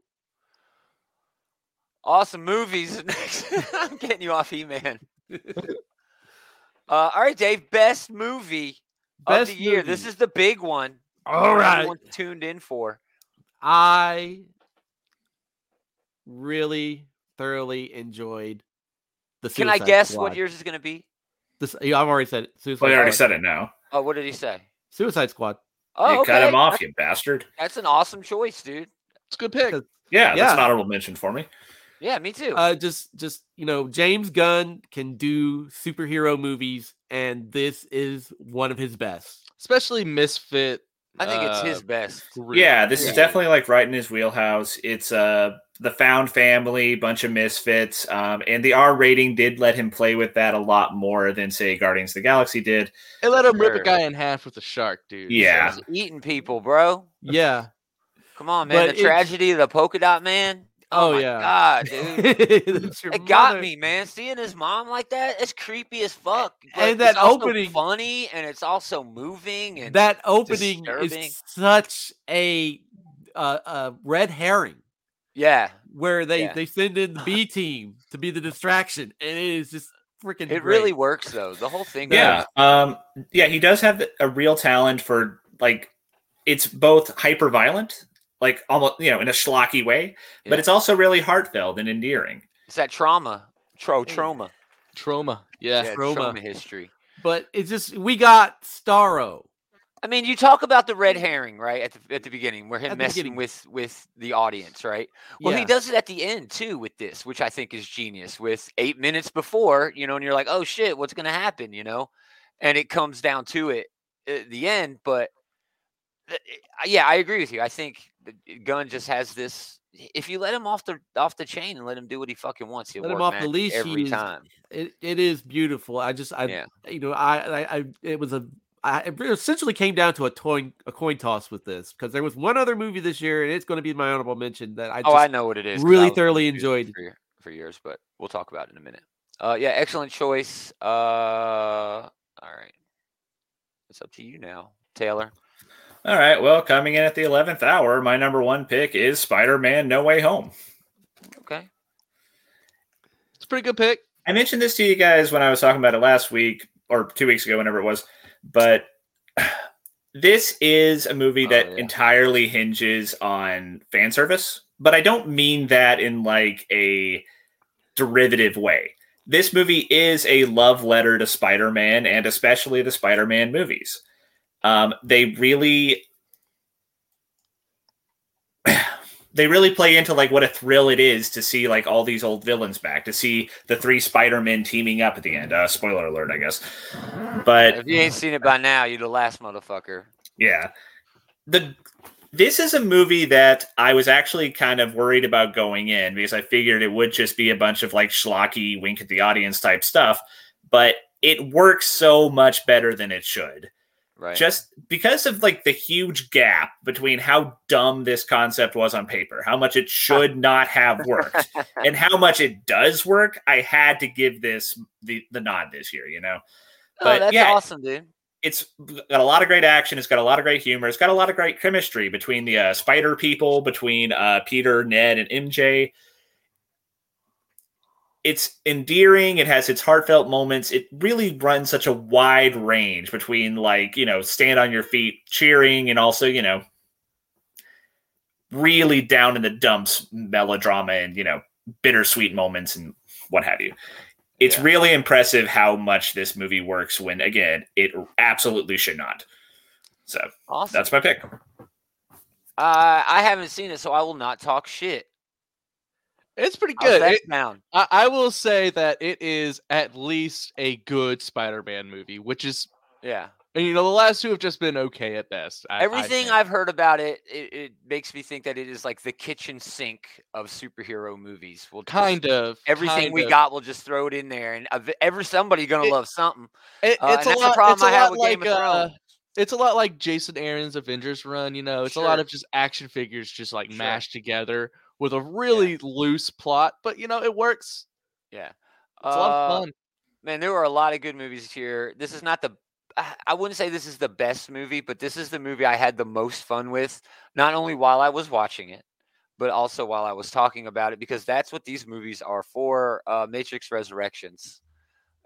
Speaker 2: awesome movies. Next, I'm getting you off He-Man. uh, all right, Dave, best movie
Speaker 3: Best
Speaker 2: of the year. This
Speaker 3: movie.
Speaker 2: is the big one.
Speaker 3: All
Speaker 2: everyone's tuned in for.
Speaker 3: I really thoroughly enjoyed the.
Speaker 2: Can I
Speaker 3: Suicide
Speaker 2: guess
Speaker 3: Squad.
Speaker 2: what yours is going to be?
Speaker 3: This, yeah, I've already said it. Suicide.
Speaker 4: Well, you already
Speaker 3: Squad.
Speaker 4: said it now.
Speaker 2: Oh, what did he say?
Speaker 3: Suicide Squad.
Speaker 2: Oh,
Speaker 4: you
Speaker 2: okay.
Speaker 4: cut him off,
Speaker 2: That's,
Speaker 4: you bastard.
Speaker 2: that's an awesome choice, dude.
Speaker 1: It's a good pick.
Speaker 3: Because-
Speaker 4: Yeah, that's an
Speaker 3: Yeah.
Speaker 4: honorable mention for me.
Speaker 2: Yeah, me too.
Speaker 3: Uh, just, just you know, James Gunn can do superhero movies, and this is one of his best.
Speaker 1: Especially Misfit.
Speaker 2: I think it's his
Speaker 1: uh,
Speaker 2: best.
Speaker 1: group.
Speaker 4: Yeah, this
Speaker 2: Yeah.
Speaker 4: is definitely like right in his wheelhouse. It's uh the found family, bunch of misfits, um, and the R rating did let him play with that a lot more than say Guardians of the Galaxy did.
Speaker 1: They let him rip
Speaker 2: Sure.
Speaker 1: a guy in half with a shark, dude. so
Speaker 4: Yeah.
Speaker 2: He's eating people, bro.
Speaker 3: Yeah.
Speaker 2: Come on, man.
Speaker 3: But
Speaker 2: the
Speaker 3: it's-
Speaker 2: tragedy of the polka dot man. Oh,
Speaker 3: Oh,
Speaker 2: my
Speaker 3: yeah.
Speaker 2: god, dude.
Speaker 3: That's your
Speaker 2: It got
Speaker 3: mother.
Speaker 2: me, man. Seeing his mom like that, it's creepy as fuck. but
Speaker 3: and
Speaker 2: it's
Speaker 3: that
Speaker 2: also
Speaker 3: opening-
Speaker 2: funny, and it's also moving. And
Speaker 3: That opening
Speaker 2: disturbing.
Speaker 3: is such a uh, uh, red herring
Speaker 2: yeah,
Speaker 3: where they
Speaker 2: Yeah.
Speaker 3: they send in the B team to be the distraction, and it is just freaking.
Speaker 2: it really works though. The whole thing.
Speaker 4: Yeah,
Speaker 2: works.
Speaker 4: um, yeah, he does have a real talent for like it's both hyper violent, like almost you know in a schlocky way,
Speaker 2: Yeah.
Speaker 4: but it's also really heartfelt and endearing.
Speaker 2: it's that trauma, tro trauma,
Speaker 1: Trauma.
Speaker 2: yeah,
Speaker 1: Yeah.
Speaker 2: trauma.
Speaker 3: trauma.
Speaker 2: history.
Speaker 3: But it's just we got Starro.
Speaker 2: I mean, you talk about the red herring, right? At the at the beginning, where him
Speaker 3: At the
Speaker 2: messing
Speaker 3: beginning.
Speaker 2: with with the audience, right? Well, he
Speaker 3: Yeah.
Speaker 2: does it at the end too with this, which I think is genius. With eight minutes before, you know, and you're like, oh shit, what's gonna happen, you know? And it comes down to it at the end, but th- I- yeah, I agree with you. I think that Gunn just has this. If you let him off the off the chain and let him do what he fucking wants, he'll
Speaker 3: Let him
Speaker 2: work
Speaker 3: off the
Speaker 2: magic
Speaker 3: leash, he
Speaker 2: every
Speaker 3: is-
Speaker 2: time.
Speaker 3: It, it is beautiful. I just I
Speaker 2: Yeah.
Speaker 3: you know I, I I it was a I it essentially came down to a coin a coin toss with this because there was one other movie this year and it's going to be my honorable mention that I
Speaker 2: oh,
Speaker 3: just
Speaker 2: I know what it is. 'cause I
Speaker 3: really
Speaker 2: was
Speaker 3: thoroughly
Speaker 2: confused with it
Speaker 3: enjoyed.
Speaker 2: for, y- for years, but we'll talk about it in a minute. Uh, yeah, excellent choice. Uh, all right, it's up to you now, Taylor.
Speaker 4: All right, well, coming in at the eleventh hour, my number one pick is Spider Man: No Way Home.
Speaker 2: Okay,
Speaker 1: It's a pretty good pick.
Speaker 4: I mentioned this to you guys when I was talking about it last week or two weeks ago, whenever it was, but this is a movie
Speaker 2: Oh,
Speaker 4: that
Speaker 2: yeah.
Speaker 4: entirely hinges on fan service. But I don't mean that in like a derivative way. This movie is a love letter to Spider Man and especially the Spider Man movies. Um, they really they really play into like what a thrill it is to see like all these old villains back to see the three spider-men teaming up at the end uh spoiler alert i guess but
Speaker 2: If you ain't seen it by now, you the last motherfucker.
Speaker 4: yeah the this is a movie that i was actually kind of worried about going in because i figured it would just be a bunch of like schlocky wink at the audience type stuff but it works so much better than it should
Speaker 2: Right.
Speaker 4: just because of like the huge gap between how dumb this concept was on paper, how much it should not have worked, and how much it does work, I had to give this the, the nod this year, you know?
Speaker 2: oh,
Speaker 4: but
Speaker 2: that's
Speaker 4: yeah.
Speaker 2: awesome, dude.
Speaker 4: It's got a lot of great action. It's got a lot of great humor. It's got a lot of great chemistry between the uh, spider people, between uh, Peter, Ned, and MJ. It's endearing. It has its heartfelt moments. It really runs such a wide range between, like, you know, stand on your feet, cheering, and also, you know, really down in the dumps melodrama and, you know, bittersweet moments and what have you. It's
Speaker 2: Yeah.
Speaker 4: really impressive how much this movie works when, again, it absolutely should not. So
Speaker 2: Awesome.
Speaker 4: that's my pick.
Speaker 2: uh, I haven't seen it, so I will not talk shit.
Speaker 1: It's pretty
Speaker 2: How's
Speaker 1: good.
Speaker 2: that
Speaker 1: It-
Speaker 2: sound?
Speaker 1: I, I will say that it is at least a good Spider-Man movie, which is
Speaker 2: Yeah.
Speaker 1: and you know the last two have just been okay at best. I- I
Speaker 2: Everything
Speaker 1: think.
Speaker 2: I've heard about it, it, it makes me think that it is like the kitchen sink of superhero movies. We'll just-
Speaker 1: kind of
Speaker 2: everything
Speaker 1: kind
Speaker 2: we
Speaker 1: of.
Speaker 2: got, we'll just throw it in there, and ev- every somebody gonna
Speaker 1: It-
Speaker 2: love something.
Speaker 1: It-
Speaker 2: Uh,
Speaker 1: it's
Speaker 2: and
Speaker 1: a
Speaker 2: that's
Speaker 1: lot.
Speaker 2: the problem
Speaker 1: it's a
Speaker 2: I have
Speaker 1: lot
Speaker 2: with
Speaker 1: like
Speaker 2: Game of
Speaker 1: uh,
Speaker 2: Thrones.
Speaker 1: it's a lot like Jason Aaron's Avengers run. You know, it's a lot
Speaker 2: Sure.
Speaker 1: of just action figures just like
Speaker 2: Sure.
Speaker 1: mashed together with a really loose plot, but you know it works.
Speaker 2: Yeah,
Speaker 1: It's a lot of fun.
Speaker 2: Uh, Man, there were a lot of good movies here. This is not the I- I wouldn't say this is the best movie, but this is the movie I had the most fun with, not only while I was watching it, but also while I was talking about it, because that's what these movies are for. Uh, Matrix Resurrections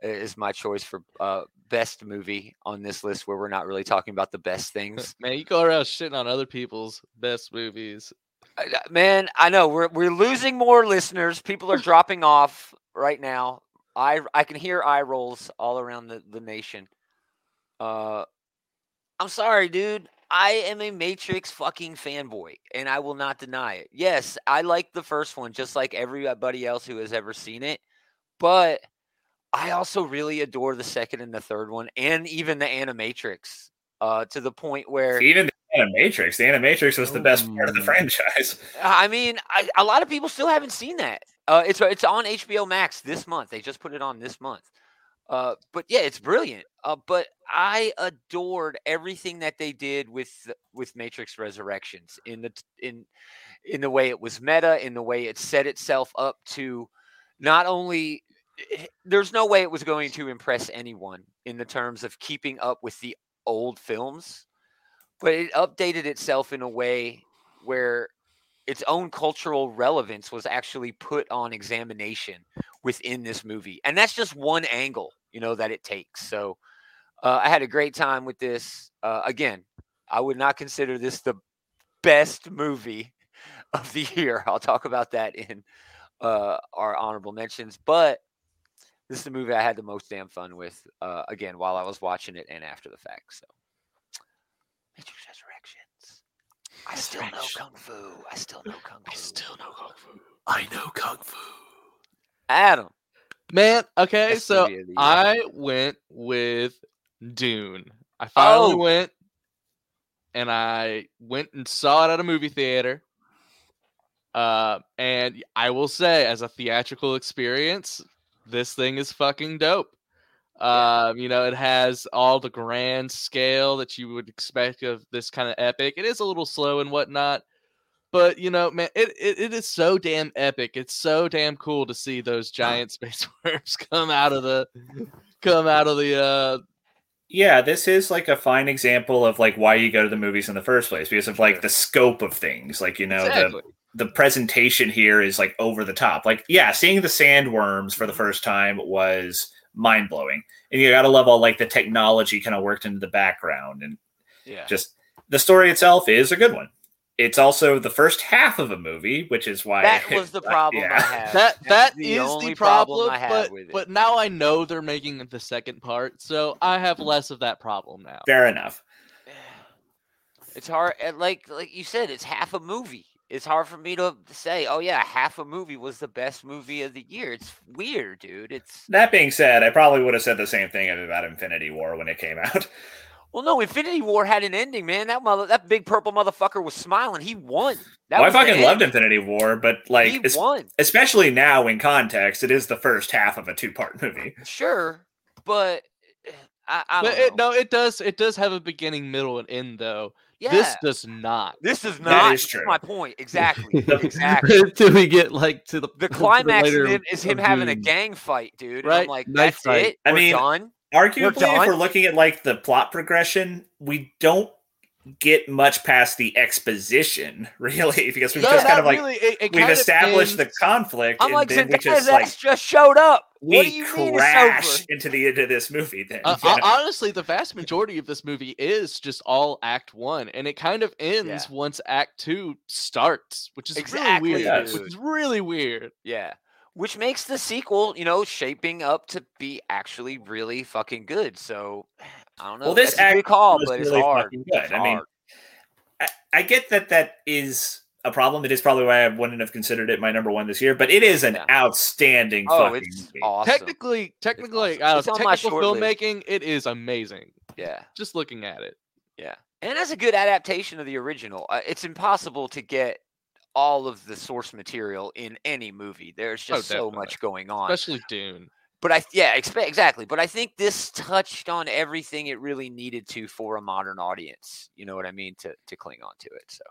Speaker 2: i- is my choice for uh, best movie on this list, where we're not really talking about the best things.
Speaker 1: Man, you go around shitting on other people's best movies.
Speaker 2: I- I- Man, I know we're we're losing more listeners. People are dropping off right now. I I can hear eye rolls all around the, the nation. Uh I'm sorry, dude. I am a Matrix fucking fanboy, and I will not deny it. Yes, I like the first one just like everybody else who has ever seen it, but I also really adore the second and the third one, and even the Animatrix, uh, to the point where
Speaker 4: Even the Animatrix. The Animatrix was the best part of the
Speaker 3: Ooh.
Speaker 4: franchise.
Speaker 2: I mean, I, a lot of people still haven't seen that. Uh, it's it's on HBO Max this month. They just put it on this month. Uh, but yeah, it's brilliant. Uh, but I adored everything that they did with the- with Matrix Resurrections in the t- in in the way it was meta, in the way it set itself up to not only eh, there's no way it was going to impress anyone in the terms of keeping up with the old films, but it updated itself in a way where its own cultural relevance was actually put on examination within this movie. And that's just one angle, you know, that it takes. So uh, I had a great time with this. Uh, again, I would not consider this the best movie of the year. I'll talk about that in uh, our honorable mentions. But this is the movie I had the most damn fun with, uh, again, while I was watching it and after the fact. So, Matrix Resurrections. I still know Kung Fu. I still know Kung Fu. I still know Kung Fu.
Speaker 3: I know kung fu.
Speaker 2: Adam.
Speaker 1: Man, okay,
Speaker 2: best
Speaker 1: so
Speaker 2: movie of the year.
Speaker 1: I went with Dune. I finally
Speaker 2: Oh.
Speaker 1: went and I went and saw it at a movie theater. Uh, and I will say, as a theatrical experience, this thing is fucking dope. Um, you know, it has all the grand scale that you would expect of this kind of epic. It is a little slow and whatnot, but you know, man, it, it, it is so damn epic. It's so damn cool to see those giant space worms come out of the come out of the uh
Speaker 4: yeah this is like a fine example of like why you go to the movies in the first place because of like the scope of things like you know
Speaker 1: exactly.
Speaker 4: the the presentation here is like over the top like yeah seeing the sandworms for the first time was mind blowing and you gotta love all like the technology kind of worked into the background and
Speaker 2: Yeah.
Speaker 4: just the story itself is a good one it's also the first half of a movie which is why
Speaker 2: That was the problem I
Speaker 4: yeah.
Speaker 2: had.
Speaker 1: that
Speaker 2: That's
Speaker 1: that is the
Speaker 2: only
Speaker 1: problem,
Speaker 2: I had
Speaker 1: but
Speaker 2: with it.
Speaker 1: but now I know they're making the second part, so I have less of that problem now.
Speaker 4: fair enough
Speaker 2: it's hard. and Like like you said, it's half a movie. it's hard for me to say, oh yeah, half a movie was the best movie of the year. It's weird, dude. It's
Speaker 4: That being said, I probably would have said the same thing about Infinity War when it came out.
Speaker 2: well, no, Infinity War had an ending, man. That mother, that big purple motherfucker was smiling. He won. That
Speaker 4: well, I
Speaker 2: was the
Speaker 4: fucking
Speaker 2: end.
Speaker 4: loved Infinity War, but
Speaker 2: he
Speaker 4: like, es-
Speaker 2: won.
Speaker 4: especially now in context, it is the first half of a two-part movie.
Speaker 2: Sure, but eh, I, I don't
Speaker 1: But it,
Speaker 2: know.
Speaker 1: no, it does. It does have a beginning, middle, and end, though.
Speaker 2: yeah,
Speaker 1: This does not.
Speaker 2: this is
Speaker 4: That
Speaker 2: not.
Speaker 4: is
Speaker 2: that's
Speaker 4: true.
Speaker 2: My point exactly.
Speaker 4: The-
Speaker 2: exactly.
Speaker 3: Till we get like to the to
Speaker 2: The climax
Speaker 3: later
Speaker 2: of him is him
Speaker 3: of
Speaker 2: having a
Speaker 3: Dune.
Speaker 2: gang fight, dude. And I'm
Speaker 1: Right,
Speaker 2: like,
Speaker 3: knife
Speaker 2: that's
Speaker 3: fight.
Speaker 2: it.
Speaker 4: I
Speaker 2: We're
Speaker 4: mean,
Speaker 2: done.
Speaker 4: Arguably, if
Speaker 2: done?
Speaker 4: we're looking at like the plot progression, we don't get much past the exposition, really, because we've
Speaker 1: No,
Speaker 4: just kind
Speaker 1: not
Speaker 4: of like
Speaker 1: really. It- it
Speaker 4: we've
Speaker 1: kind of
Speaker 4: established
Speaker 1: ends-
Speaker 4: the conflict,
Speaker 2: I'm
Speaker 4: and
Speaker 2: like,
Speaker 4: then we
Speaker 2: Zendaya's
Speaker 4: just
Speaker 2: ass
Speaker 4: like
Speaker 2: just showed up.
Speaker 4: we
Speaker 2: what do you mean
Speaker 4: crash
Speaker 2: it's
Speaker 4: into the end of this movie. Then
Speaker 1: Uh,
Speaker 4: Yeah.
Speaker 1: uh, honestly, the vast majority of this movie is just all Act One, and it kind of ends
Speaker 2: Yeah.
Speaker 1: once Act Two starts, which is
Speaker 2: Exactly,
Speaker 1: really
Speaker 4: Yes.
Speaker 1: weird. Which is really weird.
Speaker 2: over? Yeah. Which makes the sequel, you know, shaping up to be actually really fucking good. So I don't know.
Speaker 4: Well, this
Speaker 2: That's a good
Speaker 4: act
Speaker 2: call,
Speaker 4: was
Speaker 2: but it's
Speaker 4: really
Speaker 2: hard.
Speaker 4: fucking
Speaker 2: It's
Speaker 4: good. I mean,
Speaker 2: hard.
Speaker 4: I, I get that that is a problem. It is probably why I wouldn't have considered it my number one this year, but it is an
Speaker 2: Yeah.
Speaker 4: outstanding
Speaker 2: oh,
Speaker 4: fucking
Speaker 2: it's
Speaker 4: movie.
Speaker 2: awesome.
Speaker 1: Technically,
Speaker 2: awesome.
Speaker 1: technically, I
Speaker 2: It's
Speaker 1: don't know,
Speaker 2: on my
Speaker 1: technical
Speaker 2: short list.
Speaker 1: filmmaking, it is amazing.
Speaker 2: yeah.
Speaker 1: Just looking at it,
Speaker 2: Yeah. And that's a good adaptation of the original. Uh, it's impossible to get all of the source material in any movie. There's
Speaker 1: Oh,
Speaker 2: just so much going on.
Speaker 1: especially Dune.
Speaker 2: But I yeah, expe- exactly. But I think this touched on everything it really needed to for a modern audience. You know what I mean to to cling on to it. So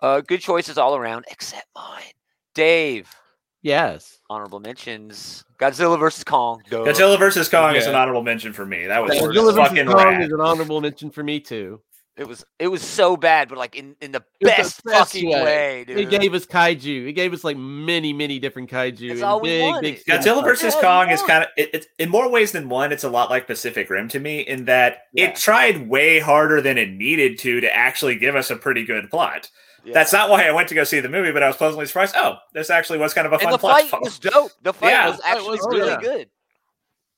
Speaker 2: uh good choices all around except mine. Dave,
Speaker 3: Yes.
Speaker 2: honorable mentions. Godzilla versus Kong. duh.
Speaker 4: Godzilla versus Kong is an
Speaker 1: Yeah.
Speaker 4: honorable mention for me. That was
Speaker 2: Yeah,
Speaker 4: worth
Speaker 3: Godzilla vs.
Speaker 4: fucking
Speaker 3: Kong
Speaker 4: rad.
Speaker 3: is an honorable mention for me too.
Speaker 2: It was it was so bad, but like in, in the
Speaker 1: It was the
Speaker 2: best
Speaker 1: best
Speaker 2: fucking
Speaker 1: way.
Speaker 2: way, dude.
Speaker 3: It gave us kaiju. It gave us like many, many different kaiju.
Speaker 2: That's
Speaker 3: and
Speaker 2: all we
Speaker 3: big,
Speaker 2: wanted.
Speaker 3: big stuff.
Speaker 4: Godzilla versus
Speaker 2: Yeah,
Speaker 4: Kong
Speaker 2: you
Speaker 4: is
Speaker 2: know.
Speaker 4: kind of it, it's in more ways than one. It's a lot like Pacific Rim to me in that
Speaker 2: Yeah.
Speaker 4: it tried way harder than it needed to to actually give us a pretty good plot.
Speaker 2: Yeah.
Speaker 4: That's not why I went to go see the movie, but I was pleasantly surprised. Oh, this actually was kind of a fun
Speaker 2: and the
Speaker 4: plot.
Speaker 2: fight was dope. The fight
Speaker 4: Yeah,
Speaker 2: was
Speaker 1: the fight
Speaker 2: actually
Speaker 1: Oh, was
Speaker 2: really
Speaker 3: good.
Speaker 2: good.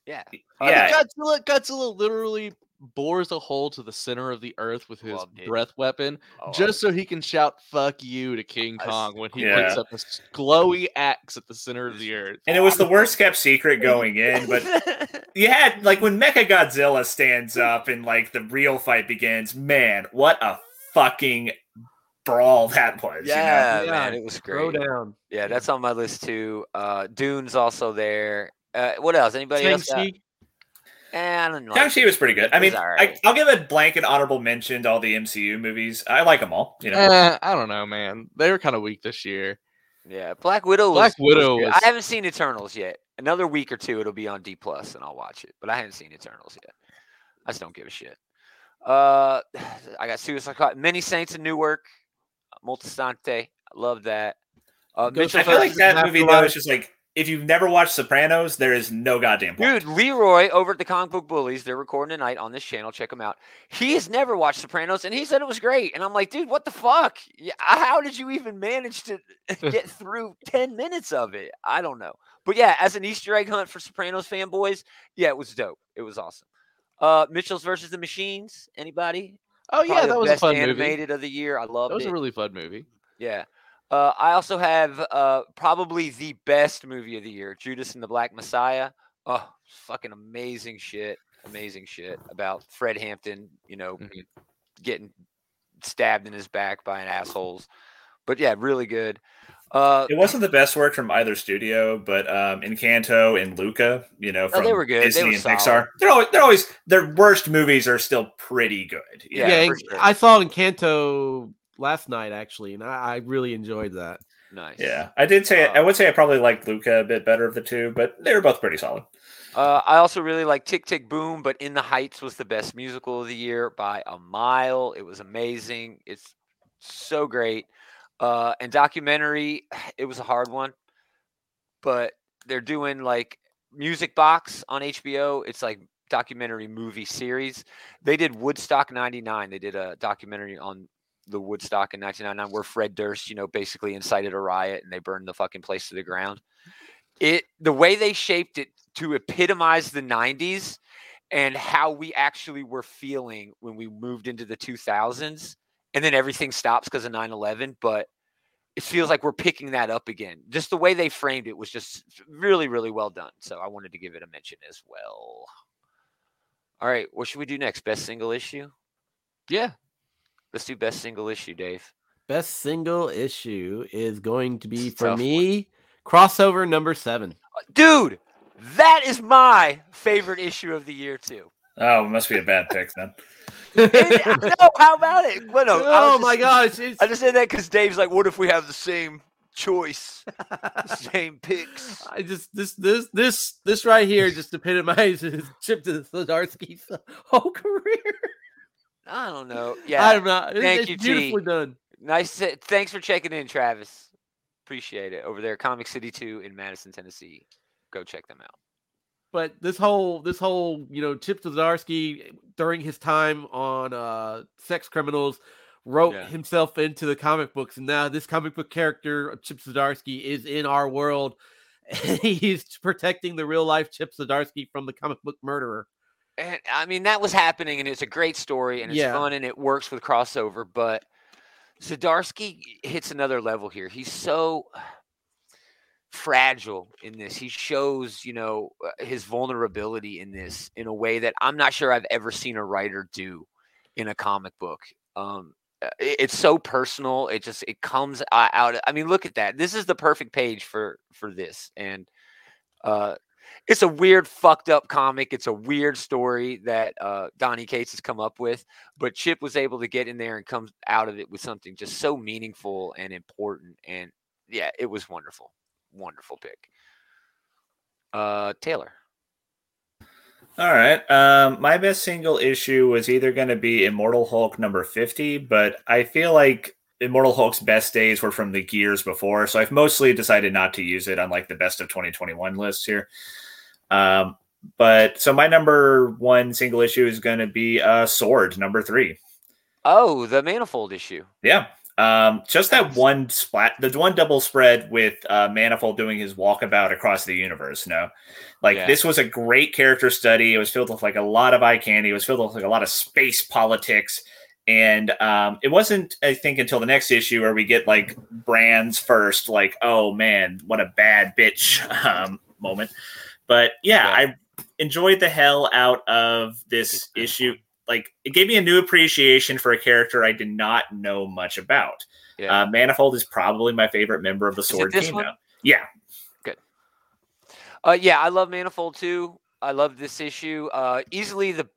Speaker 2: Yeah,
Speaker 1: I mean,
Speaker 4: yeah,
Speaker 1: Uh, Godzilla, Godzilla literally bores a hole to the center of the earth with his
Speaker 2: Loved it.
Speaker 1: breath weapon,
Speaker 2: Oh, I
Speaker 1: just so he can shout "fuck you" to King
Speaker 2: I s-
Speaker 1: Kong when he
Speaker 4: Yeah.
Speaker 1: picks up his glowy axe at the center of the earth.
Speaker 4: and it
Speaker 2: Um,
Speaker 4: was the worst kept secret going in, but you had like when Mecha Godzilla stands up and like the real fight begins, man, what a fucking brawl that was.
Speaker 2: yeah,
Speaker 3: Yeah,
Speaker 2: man, it was
Speaker 3: Throw
Speaker 2: great.
Speaker 3: down.
Speaker 2: Yeah, that's on my list too. Uh, Dune's also there. Uh, what else? Anybody else? got-
Speaker 3: Shang-Chi.
Speaker 2: Eh, I don't know.
Speaker 4: You know? Shang-Chi was pretty good. I
Speaker 2: It was
Speaker 4: mean,
Speaker 2: alright.
Speaker 4: I, I'll give a blanket honorable mention to all the MCU movies. I like them all. You know,
Speaker 1: Eh, I don't know, man. They were kind of weak this year.
Speaker 2: yeah, Black Widow. Was,
Speaker 1: Black
Speaker 2: was good.
Speaker 1: Widow was-
Speaker 2: I haven't seen Eternals yet. Another week or two, it'll be on D plus, and I'll watch it. But I haven't seen Eternals yet. I just don't give a shit. Uh, I got Suicide Squad, Many Saints in Newark, Multisante. I love that. Uh,
Speaker 3: Go
Speaker 2: Mitchell
Speaker 4: I feel like
Speaker 3: versus
Speaker 4: that movie though
Speaker 3: Afterlife.
Speaker 4: is just like if you've never watched Sopranos, there is no goddamn point.
Speaker 2: Dude, Leroy over at the Comic Book Bullies, they're recording tonight on this channel. Check them out. He has never watched Sopranos, and he said it was great. And I'm like, dude, what the fuck? Yeah, How did you even manage to get through 10 minutes of it? I don't know. But yeah, as an Easter egg hunt for Sopranos fanboys, yeah, it was dope. It was awesome. Uh, Mitchell's versus the Machines. Anybody?
Speaker 1: Oh
Speaker 2: Probably
Speaker 1: yeah, that
Speaker 2: the
Speaker 1: was a
Speaker 2: best
Speaker 1: fun movie.
Speaker 2: animated of the year. I loved
Speaker 1: That was
Speaker 2: it.
Speaker 1: a really fun movie.
Speaker 2: Yeah. Uh, I also have uh, probably the best movie of the year, Judas and the Black Messiah. Oh, fucking amazing shit. Amazing shit about Fred Hampton, you know,
Speaker 1: Mhm.
Speaker 2: getting stabbed in his back by an assholes. But yeah, really good. Uh,
Speaker 4: It wasn't the best work from either studio, but um, Encanto and Luca, you know,
Speaker 2: No,
Speaker 4: from
Speaker 2: Oh, they were good. They
Speaker 4: Disney
Speaker 2: were
Speaker 4: and
Speaker 2: solid.
Speaker 4: Pixar, they're always, they're always their worst movies are still pretty good. you
Speaker 2: Yeah,
Speaker 3: Yeah,
Speaker 4: know?
Speaker 2: for
Speaker 3: and
Speaker 2: sure.
Speaker 3: I saw it in Canto last night actually, and I, I really enjoyed that.
Speaker 2: nice.
Speaker 4: yeah. I did say
Speaker 2: Uh,
Speaker 4: I would say I probably liked Luca a bit better of the two, but they were both pretty solid.
Speaker 2: Uh, I also really like Tick Tick Boom, but In the Heights was the best musical of the year by a mile. It was amazing. It's so great. Uh, and documentary, it was a hard one, but they're doing like Music Box on HBO. It's like documentary movie series. They did Woodstock 99. They did a documentary on the Woodstock in 1999 where Fred Durst, you know, basically incited a riot and they burned the fucking place to the ground. It the way they shaped it to epitomize the 90s and how we actually were feeling when we moved into the 2000s and then everything stops because of 9/11, but it feels like we're picking that up again. Just the way they framed it was just really, really well done. So I wanted to give it a mention as well. All right, what should we do next? Best single issue?
Speaker 1: Yeah.
Speaker 2: Let's do best single issue, Dave.
Speaker 3: Best single issue is going to be
Speaker 2: It's a
Speaker 3: for
Speaker 2: tough one.
Speaker 3: me crossover number seven.
Speaker 2: Dude, that is my favorite issue of the year too.
Speaker 4: Oh, it must be a bad pick then.
Speaker 2: And, no, how about it? Well, no, I was
Speaker 3: oh my
Speaker 2: just-
Speaker 3: gosh! It's,
Speaker 2: I just said that because Dave's like, "What if we have the same choice, same picks?"
Speaker 3: I just this this this this right here just epitomizes Chip Zdarsky's whole career.
Speaker 2: I don't know. Yeah,
Speaker 3: I'm not. it-
Speaker 2: Thank
Speaker 3: it's
Speaker 2: you, T.
Speaker 3: beautifully done.
Speaker 2: nice. to- Thanks for checking in, Travis. Appreciate it. Over there, Comic City Two in Madison, Tennessee. Go check them out.
Speaker 3: But this whole this whole you know Chip Zdarsky eh, during his time on uh Sex Criminals wrote
Speaker 2: Yeah.
Speaker 3: himself into the comic books, and now this comic book character of Chip Zdarsky is in our world. He's protecting the real life Chip Zdarsky from the comic book murderer.
Speaker 2: And I mean, that was happening, and it's a great story, and it's
Speaker 3: Yeah.
Speaker 2: fun, and it works with crossover. But Zadarsky hits another level here. He's so fragile in this. He shows, you know, uh, his vulnerability in this in a way that I'm not sure I've ever seen a writer do in a comic book. Um, uh, it- it's so personal. It just it comes o- out. I mean, look at that. This is the perfect page for for this, and uh, it's a weird, fucked up comic. It's a weird story that uh, Donnie Cates has come up with, but Chip was able to get in there and come out of it with something just so meaningful and important. And yeah, it was wonderful, wonderful pick. Uh, Taylor.
Speaker 4: All right. Um, my best single issue was either going to be Immortal Hulk number 50, but I feel like Immortal Hulk's best days were from the years before. So I've mostly decided not to use it on like the best of 2021 lists here. Um, but so my number one single issue is going to be uh, Sword number three.
Speaker 2: Oh, the manifold issue.
Speaker 4: Yeah. Um, just that one splat, the one double spread with uh, Manifold doing his walkabout across the universe. No, like
Speaker 2: Yeah.
Speaker 4: this was a great character study. It was filled with like a lot of eye candy. It was filled with like a lot of space politics, and um, it wasn't, I think, until the next issue where we get like Brand's first, like, oh man, what a bad bitch um, moment. But yeah, I enjoyed the hell out of this
Speaker 2: Good
Speaker 4: issue like it gave me a new appreciation for a character I did not know much about.
Speaker 2: Yeah.
Speaker 4: Uh, Manifold is probably my favorite member of the
Speaker 2: it
Speaker 4: Sword
Speaker 2: this
Speaker 4: Team
Speaker 2: one?
Speaker 4: now. Yeah,
Speaker 2: Uh, yeah, I love Manifold too. I love this issue. Uh, easily the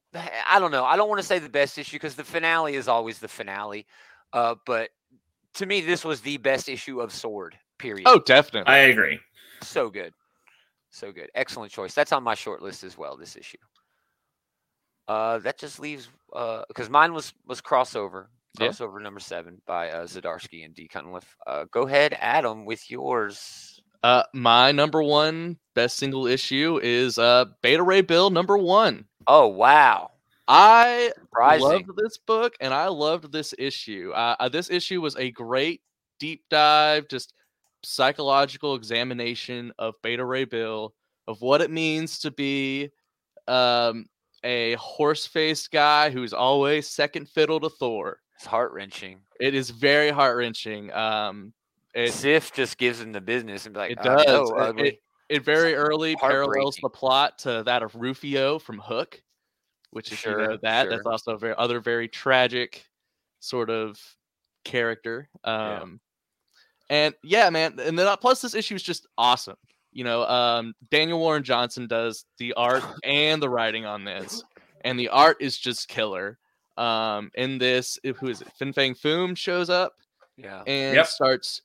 Speaker 2: I don't know. I don't want to say the best issue because the finale is always the finale. Uh, but to me, this was the best issue of Sword. Period.
Speaker 1: Oh, definitely.
Speaker 4: I agree.
Speaker 2: so good, so good. Excellent choice. That's on my short list as well. This issue. Uh, that just leaves because mine was was crossover
Speaker 1: Yeah.
Speaker 2: crossover number seven by uh, Zadarsky and D Cunliffe. Uh, go ahead, Adam, with yours.
Speaker 1: Uh, my number one best single issue is uh Beta Ray Bill number one.
Speaker 2: Oh wow,
Speaker 1: I
Speaker 2: surprising.
Speaker 1: loved this book and I loved this issue. Uh, uh, this issue was a great deep dive, just psychological examination of Beta Ray Bill, of what it means to be um, a horse faced guy who's always second fiddle to Thor.
Speaker 2: It's heart wrenching.
Speaker 1: It is very heart wrenching. Um, it,
Speaker 2: Sif just gives him the business and be like,
Speaker 1: It
Speaker 2: "Oh, no,
Speaker 1: does. It-
Speaker 2: ugly."
Speaker 1: it very early parallels the
Speaker 2: heartbreaking.
Speaker 1: plot to that of Rufio from Hook, which is you know
Speaker 2: Sure,
Speaker 1: that that's
Speaker 2: sure.
Speaker 1: also a very other very tragic sort of character.
Speaker 2: Yeah.
Speaker 1: Um, and yeah, man, and then uh, plus this issue is just awesome. You know, um, Daniel Warren Johnson does the art and the writing on this, and the art is just killer. Um, in this, if- who is it? Fin Fang Foom shows up
Speaker 2: yeah,
Speaker 1: and
Speaker 4: Yep.
Speaker 1: starts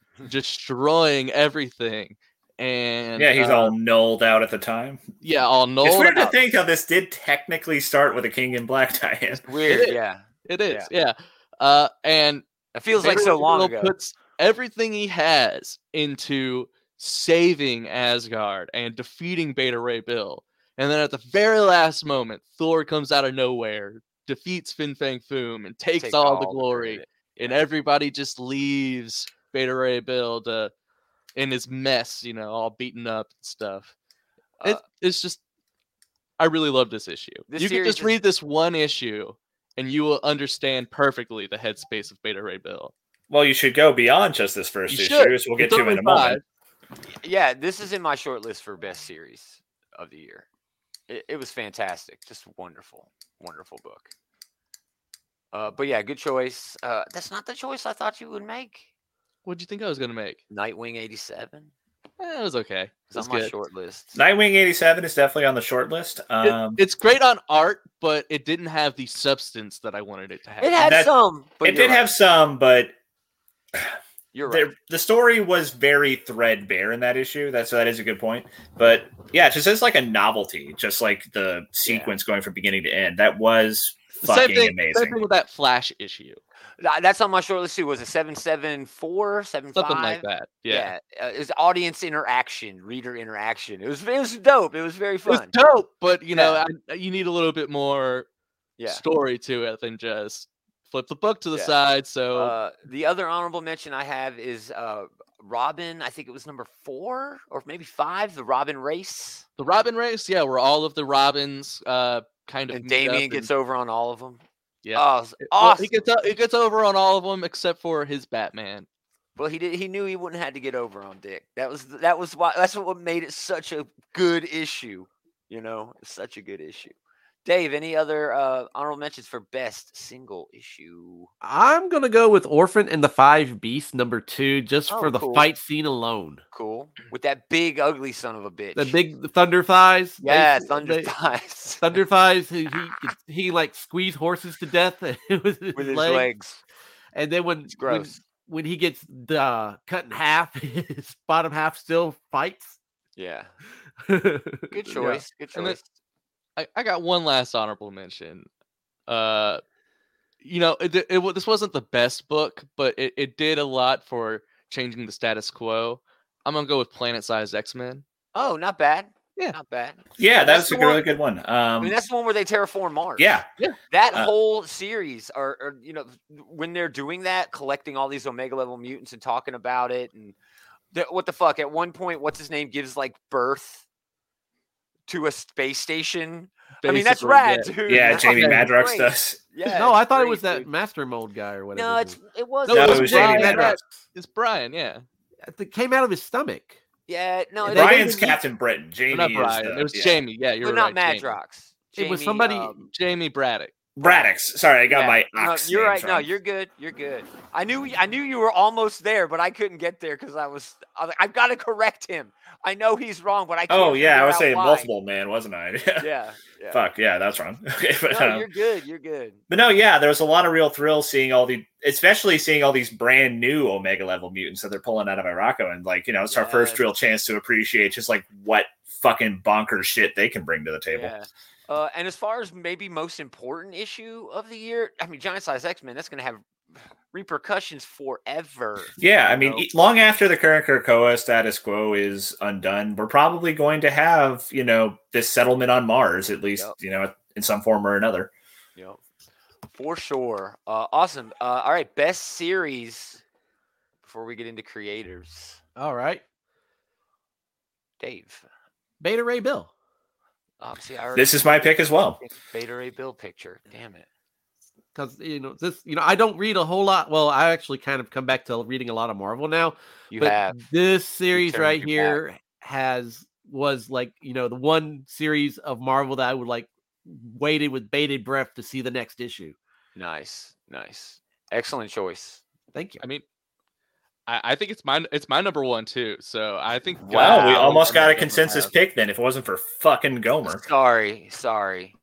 Speaker 1: destroying everything. And
Speaker 4: yeah, he's
Speaker 1: uh,
Speaker 4: all nulled out at the time.
Speaker 1: yeah, all null.
Speaker 4: it's weird
Speaker 1: out.
Speaker 4: to think how this did technically start with a King in Black tie-in.
Speaker 2: it's weird.
Speaker 1: is.
Speaker 2: Yeah,
Speaker 1: It is, yeah. Uh, and
Speaker 2: it feels like so
Speaker 1: Beverly
Speaker 2: long
Speaker 1: Hills
Speaker 2: ago.
Speaker 1: Puts everything he has into saving Asgard and defeating Beta Ray Bill, and then at the very last moment, Thor comes out of nowhere, defeats Fin Fang Foom, and takes,
Speaker 2: Takes
Speaker 1: all, the
Speaker 2: all the
Speaker 1: glory,
Speaker 2: credit,
Speaker 1: and
Speaker 2: yeah.
Speaker 1: everybody just leaves Beta Ray Bill to in his mess, you know, all beaten up and stuff. It,
Speaker 2: Uh,
Speaker 1: it's just, I really love this issue.
Speaker 2: this
Speaker 1: you can
Speaker 2: series
Speaker 1: just
Speaker 2: is-
Speaker 1: read this one issue, and you will understand perfectly the headspace of Beta Ray Bill.
Speaker 4: Well, you should go beyond just this first
Speaker 1: You
Speaker 4: issue,
Speaker 1: should.
Speaker 4: which we'll get
Speaker 1: It's
Speaker 4: to
Speaker 1: only
Speaker 4: in a moment.
Speaker 2: Yeah, this is in my short list for best series of the year. It, it was fantastic, just wonderful, wonderful book. Uh, but yeah, good choice. Uh, that's not the choice I thought you would make.
Speaker 1: What'd you think I was gonna make?
Speaker 2: Nightwing eighty-seven
Speaker 1: Eh, it was okay.
Speaker 2: is
Speaker 1: It's
Speaker 2: on my
Speaker 1: good.
Speaker 2: short list.
Speaker 4: Nightwing 87 is definitely on the short list.
Speaker 1: It-
Speaker 4: Um,
Speaker 1: it's great on art, but it didn't have the substance that I wanted it to have.
Speaker 2: It had
Speaker 4: That-
Speaker 2: some, but
Speaker 4: it
Speaker 2: you're
Speaker 4: did
Speaker 2: right.
Speaker 4: have some, but
Speaker 2: You're right.
Speaker 4: the, the story was very threadbare in that issue. That's that is a good point. But yeah, just as like a novelty, just like the sequence going from beginning to end. That was
Speaker 1: same
Speaker 4: fucking
Speaker 1: thing,
Speaker 4: amazing.
Speaker 1: same thing with that Flash issue,
Speaker 2: Th- That's on my short list too. Was it seven seven four seven
Speaker 1: something like that. Yeah,
Speaker 2: yeah. Uh, it was audience interaction, reader interaction. It was it was dope. It was very
Speaker 1: it was
Speaker 2: fun.
Speaker 1: dope, but you know,
Speaker 2: Yeah.
Speaker 1: I, uh, you need a little bit more
Speaker 2: Yeah.
Speaker 1: story to it than just flip the book to the
Speaker 2: Yeah.
Speaker 1: side. So
Speaker 2: Uh, the other honorable mention I have is uh, Robin. I think it was number four or maybe five. The Robin race,
Speaker 1: the Robin race, yeah, where all of the Robins uh kind of
Speaker 2: and
Speaker 1: meet up
Speaker 2: Damien
Speaker 1: and-
Speaker 2: gets over on all of them.
Speaker 1: Yeah.
Speaker 2: oh, it was
Speaker 1: Well,
Speaker 2: awesome.
Speaker 1: he gets o- he gets over on all of them except for his Batman.
Speaker 2: Well, he did. He knew he wouldn't have to get over on Dick. That was th- that was why. That's what made it such a good issue. You know, it's such a good issue. Dave, any other uh, honorable mentions for best single issue?
Speaker 3: I'm gonna go with Orphan and the Five Beasts number two, just
Speaker 2: Oh,
Speaker 3: for the
Speaker 2: cool.
Speaker 3: fight scene alone.
Speaker 2: Cool. With that big ugly son of a bitch.
Speaker 3: The big Thunder Thighs, they-
Speaker 2: yeah, thunder
Speaker 3: they-
Speaker 2: thighs
Speaker 3: Thunder Thighs, who he he like squeezed horses to death with his,
Speaker 2: with his
Speaker 3: legs.
Speaker 2: legs.
Speaker 3: and then when
Speaker 2: It's
Speaker 3: when,
Speaker 2: gross.
Speaker 3: when he gets uh, cut in half, his bottom half still fights.
Speaker 2: Yeah.
Speaker 3: Good
Speaker 2: Good choice. Good
Speaker 1: And then-
Speaker 2: choice.
Speaker 1: I, I got one last honorable mention. Uh, you know, it, it, wa- this wasn't the best book, but it, it did a lot for changing the status quo. I'm gonna go with Planet Sized X Men.
Speaker 2: Oh, not bad.
Speaker 1: Yeah.
Speaker 2: Not bad.
Speaker 4: yeah, that
Speaker 2: That's
Speaker 4: was
Speaker 2: the
Speaker 4: a good- really
Speaker 2: one-
Speaker 4: good one. Um,
Speaker 2: I mean, that's the one where they terraform Mars.
Speaker 4: yeah,
Speaker 2: That
Speaker 4: Uh,
Speaker 2: whole series, or, or you know, when they're doing that, collecting all these Omega level mutants and talking about it, and the, what the fuck? At one point, what's his name gives like birth to a space station. I mean, that's
Speaker 1: Basically,
Speaker 2: rad,
Speaker 1: yeah.
Speaker 2: dude.
Speaker 4: yeah,
Speaker 2: That's
Speaker 4: Jamie
Speaker 2: fucking
Speaker 4: Madrox
Speaker 2: great.
Speaker 4: does.
Speaker 2: Yeah,
Speaker 3: no,
Speaker 2: it's
Speaker 3: I thought it
Speaker 2: great,
Speaker 3: was that
Speaker 2: dude.
Speaker 3: master mold guy or whatever.
Speaker 2: No,
Speaker 3: his
Speaker 2: it's it was.
Speaker 1: No,
Speaker 4: No,
Speaker 1: it
Speaker 4: it
Speaker 1: was
Speaker 4: was Jamie
Speaker 1: Brian.
Speaker 4: Madrox.
Speaker 1: It's Brian, yeah.
Speaker 3: name- uh, that came out of his stomach.
Speaker 2: Yeah, no, it-
Speaker 4: Brian's
Speaker 1: even-
Speaker 4: Captain Britain. Jamie
Speaker 1: Or Not
Speaker 4: is
Speaker 1: Brian.
Speaker 4: the,
Speaker 1: it was
Speaker 4: yeah.
Speaker 1: Jamie. Yeah, you're
Speaker 2: but not
Speaker 1: right.
Speaker 2: Madrox.
Speaker 3: It was
Speaker 2: Jamie,
Speaker 3: somebody-
Speaker 2: um,
Speaker 1: Jamie, Jamie Braddock.
Speaker 4: Braddox. Sorry, I got
Speaker 2: yeah.
Speaker 4: my
Speaker 2: No,
Speaker 4: ox.
Speaker 2: you're
Speaker 4: names
Speaker 2: right. No,
Speaker 4: wrong.
Speaker 2: you're good. You're good. I knew. I knew you were almost there, but I couldn't get there because I was. I was like, I've got to correct him. I know he's wrong, but I. Can't
Speaker 4: Oh yeah, I
Speaker 2: figure
Speaker 4: was
Speaker 2: out
Speaker 4: saying
Speaker 2: why.
Speaker 4: multiple man, wasn't I?
Speaker 2: Yeah. yeah.
Speaker 4: Fuck yeah, that's wrong. Okay, but,
Speaker 2: No,
Speaker 4: um,
Speaker 2: you're good. You're good.
Speaker 4: But no, yeah, there was a lot of real thrill seeing all the, especially seeing all these brand new Omega level mutants that they're pulling out of Morocco, and like you know, it's our first
Speaker 2: Yes.
Speaker 4: real chance to appreciate just like what fucking bonkers shit they can bring to the table.
Speaker 2: Yeah. Uh, and as far as maybe most important issue of the year, I mean, Giant Size X Men. That's going to have repercussions forever.
Speaker 4: Yeah, I
Speaker 2: you
Speaker 4: mean,
Speaker 2: know?
Speaker 4: e- long after the current Krakoa status quo is undone, we're probably going to have you know this settlement on Mars at least
Speaker 2: Yep.
Speaker 4: you know in some form or another.
Speaker 2: Yep. For sure. Uh, awesome. Uh, all right. Best series before we get into creators.
Speaker 3: All right,
Speaker 2: Dave.
Speaker 3: Beta Ray Bill.
Speaker 2: Obviously, Um, I already
Speaker 4: This is my pick as well.
Speaker 2: picked Beta Ray Bill picture. Damn it.
Speaker 3: Because you know this, you know I don't read a whole lot. Well, I actually kind of come back to reading a lot of Marvel now.
Speaker 2: You
Speaker 3: but
Speaker 2: have.
Speaker 3: this series
Speaker 2: turned
Speaker 3: right
Speaker 2: your back.
Speaker 3: here has was like you know the one series of Marvel that I would like waited with bated breath to see the next issue.
Speaker 2: Nice. Nice. Excellent choice.
Speaker 3: Thank you.
Speaker 1: I mean, I, I think it's my it's my number one too. So I think uh,
Speaker 4: Wow, we
Speaker 2: Wow.
Speaker 4: almost got a
Speaker 1: Omega would
Speaker 4: consensus
Speaker 1: have-
Speaker 4: pick then. If it wasn't for fucking Gomer.
Speaker 2: Sorry. Sorry.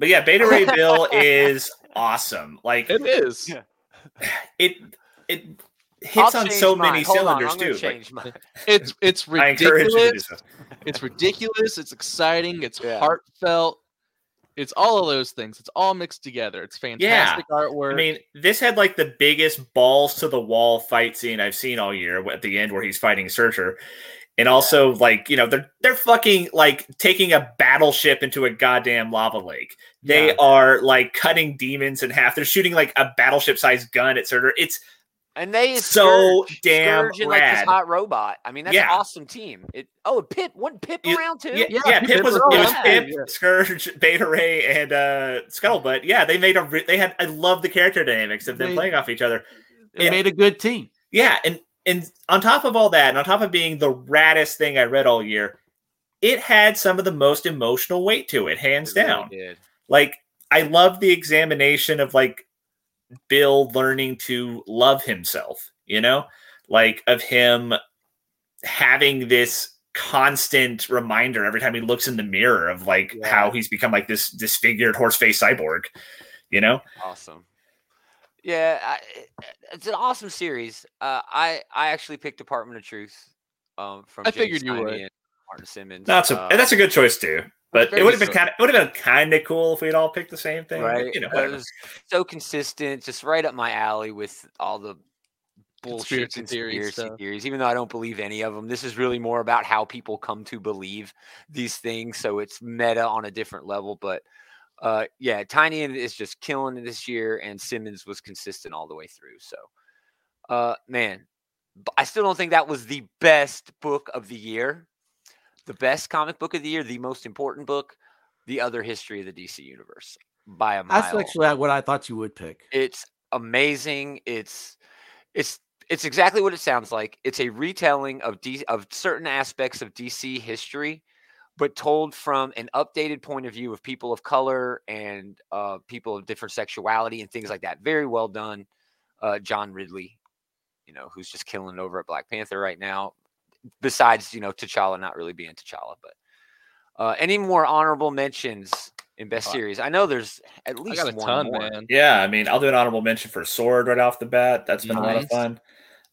Speaker 4: But yeah, Beta Ray Bill is awesome. Like
Speaker 1: It is.
Speaker 2: Yeah.
Speaker 4: it it
Speaker 2: I'll
Speaker 4: hits on
Speaker 2: change
Speaker 4: so
Speaker 2: mine.
Speaker 4: many
Speaker 2: Hold on,
Speaker 4: cylinders
Speaker 2: I'm gonna
Speaker 4: too. Like,
Speaker 2: Change mine.
Speaker 1: It's it's
Speaker 4: I encourage you to do
Speaker 1: ridiculous.
Speaker 4: so.
Speaker 1: It's ridiculous. It's exciting. It's
Speaker 2: Yeah.
Speaker 1: heartfelt. It's all of those things. It's all mixed together. It's fantastic artwork.
Speaker 4: I mean, this had like the biggest balls to the wall fight scene I've seen all year at the end where he's fighting Searcher. And also, like, you know, they're they're fucking like taking a battleship into a goddamn lava lake. They
Speaker 3: Yeah.
Speaker 4: are like cutting demons in half. They're shooting like a battleship sized gun at Searcher. It's
Speaker 2: And they is
Speaker 4: So
Speaker 2: Scourge-
Speaker 4: damn
Speaker 2: Scourge and, like this
Speaker 4: rad.
Speaker 2: hot robot. I mean, that's an
Speaker 4: Yeah.
Speaker 2: awesome team. It oh, and Pip one Pip
Speaker 4: You-
Speaker 2: around too.
Speaker 4: Yeah,
Speaker 3: Yeah,
Speaker 4: yeah,
Speaker 3: Pip
Speaker 4: Pip was
Speaker 3: was
Speaker 4: it was
Speaker 2: around.
Speaker 4: Pip,
Speaker 3: Yeah.
Speaker 4: Scourge, Beta Ray, and uh, Scuttlebutt. Yeah, they made a. Re- they had. I love the character dynamics of them
Speaker 3: They-
Speaker 4: playing off each other.
Speaker 3: They
Speaker 4: Yeah.
Speaker 3: made a good team.
Speaker 4: Yeah, and and on top of all that, and on top of being the raddest thing I read all year, it had some of the most emotional weight to it, hands
Speaker 2: It really
Speaker 4: down.
Speaker 2: did.
Speaker 4: Like I love the examination of like Bill learning to love himself. You know, like of him having this constant reminder every time he looks in the mirror of like
Speaker 2: Yeah.
Speaker 4: how he's become like this disfigured horse face cyborg. You know,
Speaker 2: Awesome. Yeah, I, it- it's an awesome series. Uh, I I actually picked Department of Truth. Um, from
Speaker 1: I
Speaker 2: James
Speaker 1: figured you
Speaker 2: Tynion
Speaker 1: would.
Speaker 2: and Martin Simmons.
Speaker 4: not so.
Speaker 2: Uh,
Speaker 4: and that's a good choice too. But
Speaker 1: very
Speaker 4: it would have been
Speaker 1: good.
Speaker 4: kind of it would have been kind of cool if we'd all picked the same thing. but,
Speaker 2: right.
Speaker 4: You know,
Speaker 2: Uh, it
Speaker 4: whatever.
Speaker 2: was so consistent, just right up my alley with all the bullshit
Speaker 1: Conspiracy theory
Speaker 2: conspiracy
Speaker 1: stuff.
Speaker 2: theories. Even though I don't believe any of them, this is really more about how people come to believe these things. So it's meta on a different level. But uh, yeah, Tiny is just killing it this year, and Simmons was consistent all the way through. So uh, man, b- I still don't think that was the best book of the year. The best comic book of the year, the most important book, the other history of the DC universe by a mile.
Speaker 3: That's actually what I thought you would pick.
Speaker 2: It's amazing. It's it's it's exactly what it sounds like. It's a retelling of D, of certain aspects of DC history, but told from an updated point of view of people of color and uh, people of different sexuality and things like that. Very well done, uh, John Ridley. You know who's just killing it over at Black Panther right now. Besides, you know T'Challa not really being T'Challa, but uh, any more honorable mentions in best
Speaker 1: Uh,
Speaker 2: series? I know there's at
Speaker 1: I
Speaker 2: least
Speaker 1: got a
Speaker 2: one
Speaker 1: ton,
Speaker 2: more.
Speaker 1: man.
Speaker 4: yeah, I mean, I'll do an honorable mention for Sword right off the bat. That's been a lot of
Speaker 1: Nice.
Speaker 4: fun.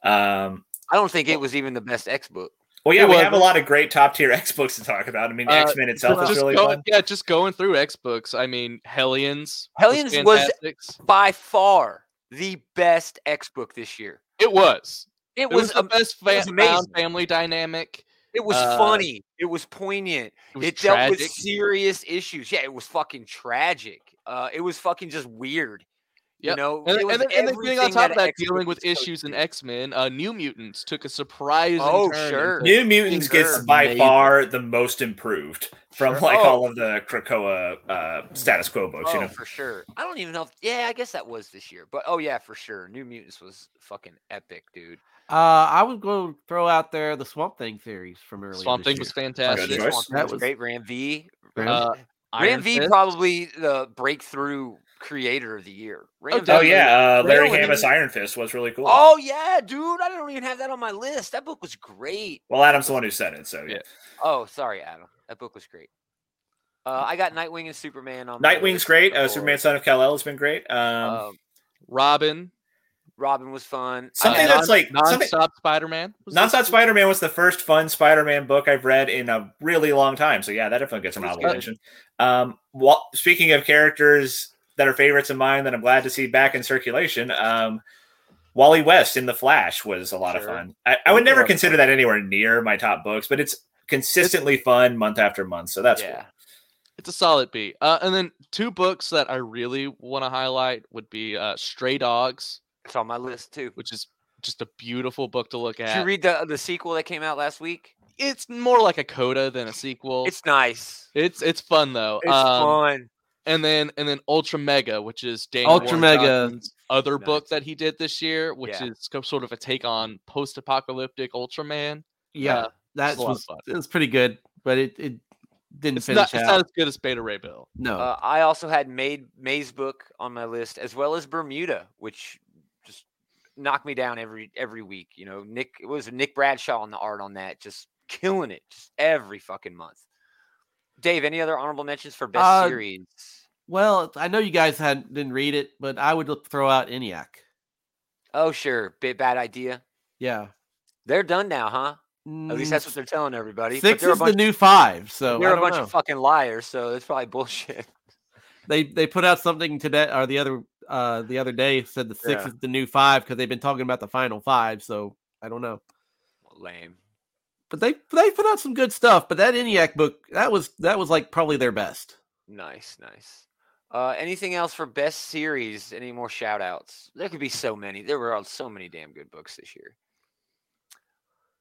Speaker 4: Um,
Speaker 2: I don't think it was even the best X book.
Speaker 4: Well, yeah,
Speaker 1: It
Speaker 4: we
Speaker 1: was-
Speaker 4: have a lot of great top tier X books to talk about. I mean,
Speaker 1: Uh,
Speaker 4: X Men itself is
Speaker 1: just
Speaker 4: really
Speaker 1: going,
Speaker 4: fun.
Speaker 1: yeah, just going through X books. I mean, Hellions.
Speaker 2: Hellions was-
Speaker 1: fantastics.
Speaker 2: By far the best X book this year.
Speaker 1: it was.
Speaker 2: It,
Speaker 1: It
Speaker 2: was
Speaker 1: was, the
Speaker 2: am-
Speaker 1: best
Speaker 2: was
Speaker 1: fa-
Speaker 2: amazing.
Speaker 1: found family dynamic.
Speaker 2: it was
Speaker 1: uh,
Speaker 2: funny. It was poignant.
Speaker 1: It
Speaker 2: It,
Speaker 1: was
Speaker 2: dealt
Speaker 1: tragic.
Speaker 2: with serious issues. Yeah, it was fucking tragic. Uh, it was fucking just weird. You
Speaker 1: Yep.
Speaker 2: know,
Speaker 1: and,
Speaker 2: it
Speaker 1: and,
Speaker 2: was
Speaker 1: then- and then being on
Speaker 2: everything
Speaker 1: top
Speaker 2: an
Speaker 1: of that,
Speaker 2: X book
Speaker 1: dealing with
Speaker 2: is supposed
Speaker 1: issues
Speaker 2: to
Speaker 1: in
Speaker 2: be.
Speaker 1: X Men, uh, New Mutants took a surprising.
Speaker 2: Oh,
Speaker 1: turn
Speaker 2: sure.
Speaker 1: into-
Speaker 4: New Mutants gets
Speaker 2: Sure.
Speaker 4: by
Speaker 3: Amazing.
Speaker 4: far the most improved from
Speaker 2: Sure.
Speaker 4: like
Speaker 2: Oh.
Speaker 4: all of the Krakoa uh, status quo books.
Speaker 2: Oh,
Speaker 4: you know,
Speaker 2: for sure. I don't even know. If, yeah, I guess that was this year. But oh yeah, for sure. New Mutants was fucking epic, dude.
Speaker 3: Uh, I would go throw out there the Swamp Thing theories from earlier.
Speaker 1: Swamp
Speaker 3: this
Speaker 1: Thing was
Speaker 3: year.
Speaker 2: Fucking
Speaker 1: fantastic.
Speaker 4: Good
Speaker 2: this
Speaker 4: choice.
Speaker 2: one
Speaker 3: That
Speaker 2: was
Speaker 3: was-
Speaker 2: great. Ram V.
Speaker 3: Right?
Speaker 1: Uh, Iron
Speaker 2: Ram V
Speaker 1: Fist.
Speaker 2: probably the breakthrough creator of the year. Ram V
Speaker 4: oh
Speaker 1: definitely.
Speaker 4: yeah, uh, Larry
Speaker 2: Really?
Speaker 4: Hammock's Iron Fist was really cool.
Speaker 2: Oh yeah, dude. I don't even have that on my list. That book was great.
Speaker 4: well, Adam's the one who said it, so yeah.
Speaker 1: Yeah.
Speaker 2: Oh, sorry, Adam. That book was great. Uh, I got Nightwing and Superman on. my
Speaker 4: Nightwing's
Speaker 2: list
Speaker 4: great. Uh,
Speaker 2: before.
Speaker 4: Superman Son of Kal El has been great. Um,
Speaker 2: Um,
Speaker 1: Robin.
Speaker 2: Robin was fun.
Speaker 4: something
Speaker 2: I,
Speaker 1: uh,
Speaker 4: that's like something,
Speaker 1: Nonstop Spider Man.
Speaker 4: Nonstop Spider Man was the first fun Spider Man book I've read in a really long time. So yeah, that definitely gets an
Speaker 2: That's
Speaker 4: honorable
Speaker 2: good.
Speaker 4: mention. Um, wa- speaking of characters that are favorites of mine that I'm glad to see back in circulation, um, Wally West in The Flash was a lot of
Speaker 2: Sure.
Speaker 4: fun. I, I
Speaker 2: That's a
Speaker 4: would
Speaker 2: lot
Speaker 4: never
Speaker 2: of
Speaker 4: consider that anywhere near my top books, but it's consistently fun month after month. So that's
Speaker 2: yeah.
Speaker 4: cool.
Speaker 1: It's a solid B. Uh, and then two books that I really want to highlight would be uh, Stray Dogs,
Speaker 2: It's on my list too.
Speaker 1: which is just a beautiful book to look
Speaker 2: Did you
Speaker 1: at.
Speaker 2: read the the sequel that came out last week?
Speaker 1: it's more like a coda than a sequel. It's
Speaker 2: It's nice.
Speaker 1: it's, fun though.
Speaker 2: It's
Speaker 1: Um,
Speaker 2: fun.
Speaker 1: And then and then Ultra Mega, which is Dan
Speaker 3: Ultra
Speaker 1: Warren
Speaker 3: Mega.
Speaker 1: Johnson's other
Speaker 2: Nice.
Speaker 1: book that he did this year, which
Speaker 2: Yeah.
Speaker 1: is co- sort of a take on post-apocalyptic Ultraman.
Speaker 3: yeah,
Speaker 1: uh,
Speaker 3: that
Speaker 1: a lot of
Speaker 3: was
Speaker 1: fun.
Speaker 3: it was pretty good, but it, it didn't
Speaker 1: It's
Speaker 3: finish
Speaker 1: not, it's
Speaker 3: out.
Speaker 1: not as good as Beta Ray Bill.
Speaker 3: no,
Speaker 2: Uh, I also had Maid May's book on my list, as well as Bermuda, which just knocked me down every every week. You know, Nick it was Nick Bradshaw on the art on that, just killing it, just every fucking month. Dave, any other honorable mentions for best
Speaker 3: Uh,
Speaker 2: series?
Speaker 3: well, I know you guys had didn't read it, but I would throw out ENIAC.
Speaker 2: Oh, sure, bit bad idea.
Speaker 3: Yeah,
Speaker 2: They're done now, huh? At least
Speaker 3: Mm,
Speaker 2: that's what they're telling everybody. but
Speaker 3: Six
Speaker 2: they're a
Speaker 3: is
Speaker 2: bunch,
Speaker 3: the new five, so I
Speaker 2: they're a
Speaker 3: don't
Speaker 2: bunch
Speaker 3: know.
Speaker 2: of fucking liars, so that's probably bullshit.
Speaker 3: they they put out something today or the other uh the other day said the six
Speaker 2: Yeah.
Speaker 3: is the new five because they've been talking about the final five. So I don't know,
Speaker 2: Lame.
Speaker 3: but they they put out some good stuff. But that ENIAC book that was that was like probably their best.
Speaker 2: Nice, nice. Uh, anything else for best series? Any more shout outs? There could be so many. There were all- so many damn good books this year.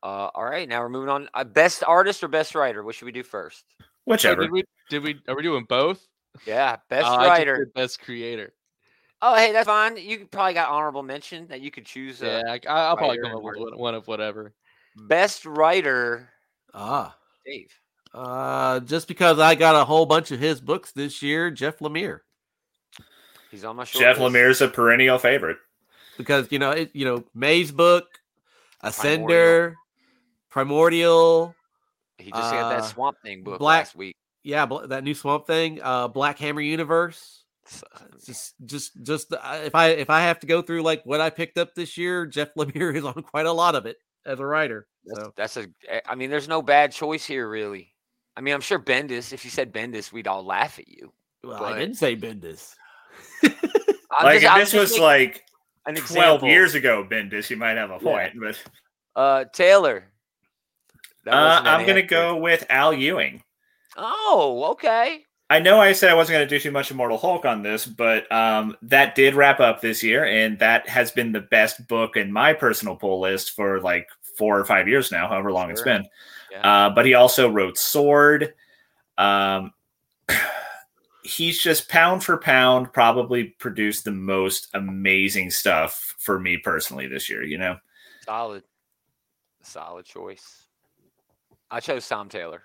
Speaker 2: Uh, all right, now we're moving on. Uh, best artist or best writer? What should we do first?
Speaker 1: So
Speaker 4: Whichever.
Speaker 1: did we? Did we? Are we doing both?
Speaker 2: Yeah, best
Speaker 1: Oh, I just
Speaker 2: writer.
Speaker 1: did best creator.
Speaker 2: Oh, hey, that's fine. You could- probably got honorable mention that you could choose. Uh,
Speaker 1: Yeah, I, I'll probably
Speaker 2: writer
Speaker 1: come
Speaker 2: and
Speaker 1: up with
Speaker 2: artist.
Speaker 1: one- one of whatever.
Speaker 2: Best writer,
Speaker 3: Ah.
Speaker 2: Dave.
Speaker 3: Uh, just because I got a whole bunch of his books this year, Jeff Lemire.
Speaker 2: He's on my short
Speaker 4: Jeff
Speaker 2: list.
Speaker 4: Lemire's a perennial favorite.
Speaker 3: because you know it, you know May's book, Ascender,
Speaker 2: Primordial.
Speaker 3: Primordial,
Speaker 2: He just got
Speaker 3: uh,
Speaker 2: that Swamp Thing book
Speaker 3: Black-
Speaker 2: last week.
Speaker 3: yeah, bl- that new Swamp Thing, uh, Black Hammer Universe.
Speaker 2: So-
Speaker 3: It's Just, just, just uh, if I if I have to go through like what I picked up this year, Jeff Lemire is on quite a lot of it as a writer.
Speaker 2: That's,
Speaker 3: So
Speaker 2: that's a. eh, I mean, there's no bad choice here, really. I mean, I'm sure Bendis. If you said Bendis, we'd all laugh at you.
Speaker 3: well,
Speaker 2: but-
Speaker 3: I didn't say Bendis.
Speaker 2: I'm
Speaker 4: Like
Speaker 2: just- I'm
Speaker 4: if this
Speaker 2: just
Speaker 4: was
Speaker 2: making
Speaker 4: like
Speaker 2: an
Speaker 4: twelve
Speaker 2: example.
Speaker 4: years ago, Bendis, you might have a
Speaker 2: Yeah.
Speaker 4: point.
Speaker 2: Uh, Taylor.
Speaker 4: But
Speaker 2: That
Speaker 4: uh,
Speaker 2: wasn't an
Speaker 4: I'm gonna
Speaker 2: answer.
Speaker 4: go with Al Ewing.
Speaker 2: Oh, okay.
Speaker 4: I know I said I wasn't going to do too much Immortal Hulk on this, but um, that did wrap up this year, and that has been the best book in my personal pull list for like four or five years now, however long it's
Speaker 2: Sure.
Speaker 4: been.
Speaker 2: Yeah.
Speaker 4: Uh, but he also wrote Sword. Um, he's just pound for pound, probably produced the most amazing stuff for me personally this year. You know,
Speaker 2: Solid. Solid choice. I chose Tom Taylor.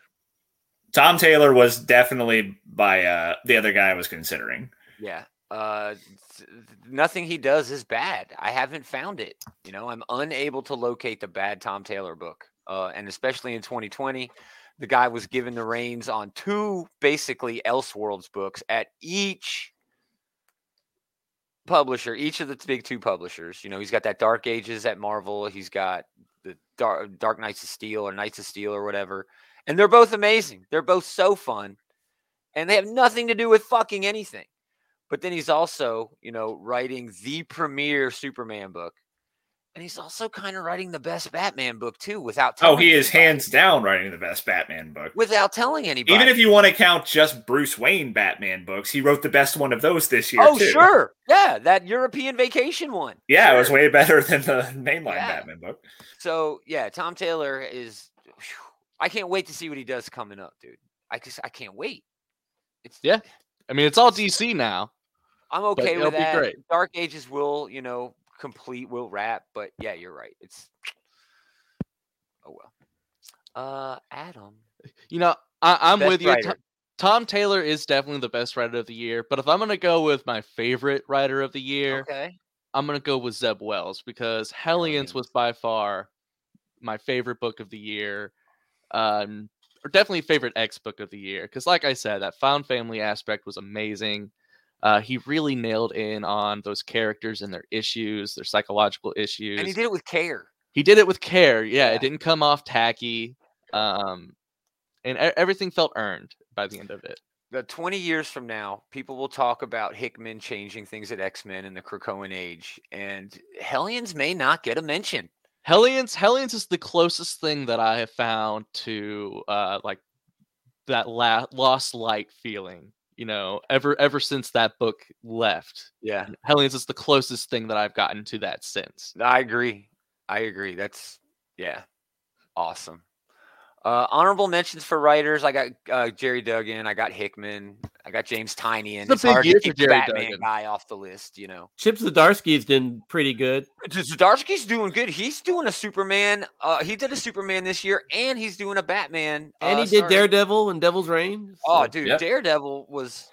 Speaker 4: Tom Taylor was definitely by uh, the other guy I was considering.
Speaker 2: Yeah. Uh, th- nothing he does is bad. I haven't found it. You know, I'm unable to locate the bad Tom Taylor book. Uh, and especially in 2020, the guy was given the reins on two basically Elseworlds books at each publisher, each of the big two publishers. You know, he's got that Dark Ages at Marvel. He's got the Dark, Dark Knights of Steel or Knights of Steel or whatever. And they're both amazing. They're both so fun. And they have nothing to do with fucking anything but then he's also you know writing the premier superman book and he's also kind of writing the best batman book too without
Speaker 4: Oh, he
Speaker 2: telling
Speaker 4: is
Speaker 2: anybody-
Speaker 4: hands down writing the best Batman book.
Speaker 2: without telling anybody
Speaker 4: Even if you want to count just Bruce Wayne Batman books, he wrote the best one of those this year.
Speaker 2: oh
Speaker 4: too.
Speaker 2: sure yeah that european vacation one
Speaker 4: Yeah, it was
Speaker 2: Sure.
Speaker 4: way better than the mainline
Speaker 2: Yeah.
Speaker 4: Batman book.
Speaker 2: so yeah tom taylor is phew, i can't wait to see what he does coming up dude i just i can't wait it's
Speaker 1: Yeah. I mean, it's all DC now.
Speaker 2: i'm okay
Speaker 1: it'll
Speaker 2: with
Speaker 1: be
Speaker 2: that
Speaker 1: great.
Speaker 2: dark ages will you know complete will wrap but yeah you're right it's oh well uh adam
Speaker 1: You know, I, I'm
Speaker 2: Best
Speaker 1: with you.
Speaker 2: writer.
Speaker 1: Tom, Tom Taylor is definitely the best writer of the year. But if I'm gonna go with my favorite writer of the year,
Speaker 2: okay
Speaker 1: I'm gonna go with Zeb Wells
Speaker 2: Oh,
Speaker 1: because Hellions
Speaker 2: Hellions.
Speaker 1: was by far my favorite book of the year. Um, or definitely favorite X book of the year because, like I said, that found family aspect was amazing. Uh, he really nailed in on those characters and their issues, their psychological issues.
Speaker 2: and he did it with care.
Speaker 1: he did it with care. Yeah,
Speaker 2: Yeah.
Speaker 1: it didn't come off tacky. Um, and e- everything felt earned by the end of it.
Speaker 2: But 20 years from now, people will talk about Hickman changing things at X Men in the Krakoan Age, and Hellions may not get a mention.
Speaker 1: Hellions, Hellions is the closest thing that I have found to uh, like that la- lost light feeling. You know, ever ever since that book left,
Speaker 2: Yeah,
Speaker 1: Hellions is the closest thing that I've gotten to that since.
Speaker 2: I agree. I agree. That's yeah, awesome. Uh, honorable mentions for writers. I got uh, Jerry Duggan. I got Hickman. I got James Tynion.
Speaker 1: It's a big
Speaker 2: hard to
Speaker 1: year for
Speaker 2: keep the
Speaker 1: Jerry
Speaker 2: Batman
Speaker 1: Duggan.
Speaker 2: guy off the list, you know.
Speaker 3: Chip Zdarsky's did pretty good.
Speaker 2: Zdarsky's doing good. He's doing a Superman. Uh, he did a Superman this year, and he's doing a Batman.
Speaker 3: And
Speaker 2: uh,
Speaker 3: he did
Speaker 2: starting-
Speaker 3: Daredevil and Devil's Reign.
Speaker 2: Oh,
Speaker 3: so-
Speaker 2: dude,
Speaker 4: yeah.
Speaker 2: Daredevil was,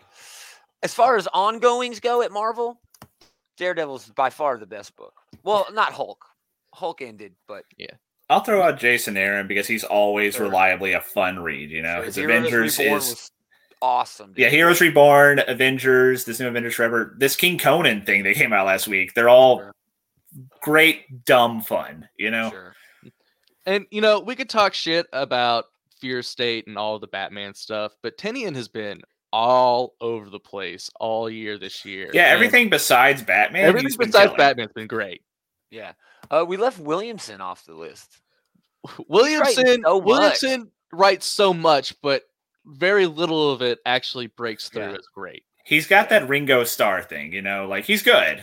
Speaker 2: as far as ongoings go at Marvel, Daredevil's by far the best book. Well, not Hulk. Hulk ended, but
Speaker 4: I'll throw out Jason Aaron because he's always
Speaker 2: Sure.
Speaker 4: reliably a fun read. You know,
Speaker 2: sure,
Speaker 4: his
Speaker 2: Heroes
Speaker 4: Avengers
Speaker 2: Reborn
Speaker 4: is
Speaker 2: was awesome.
Speaker 4: yeah,
Speaker 2: dude.
Speaker 4: Heroes Reborn, Avengers, this new Avengers Forever, this King Conan thing that came out last week. They're all
Speaker 2: Sure.
Speaker 4: great, dumb fun. You know,
Speaker 2: Sure.
Speaker 1: And you know, we could talk shit about Fear State and all the Batman stuff, but Tinian has been all over the place all year this year.
Speaker 4: yeah,
Speaker 1: and
Speaker 4: everything besides Batman.
Speaker 1: everything
Speaker 4: he's been
Speaker 1: besides
Speaker 4: killing.
Speaker 1: Batman's been great.
Speaker 2: Yeah. Uh, we left Williamson off the list.
Speaker 1: Williamson
Speaker 2: so much.
Speaker 1: Williamson writes so much, but very little of it actually breaks through
Speaker 2: Yeah.
Speaker 1: as great.
Speaker 4: He's got that Ringo Starr thing, you know, like he's good,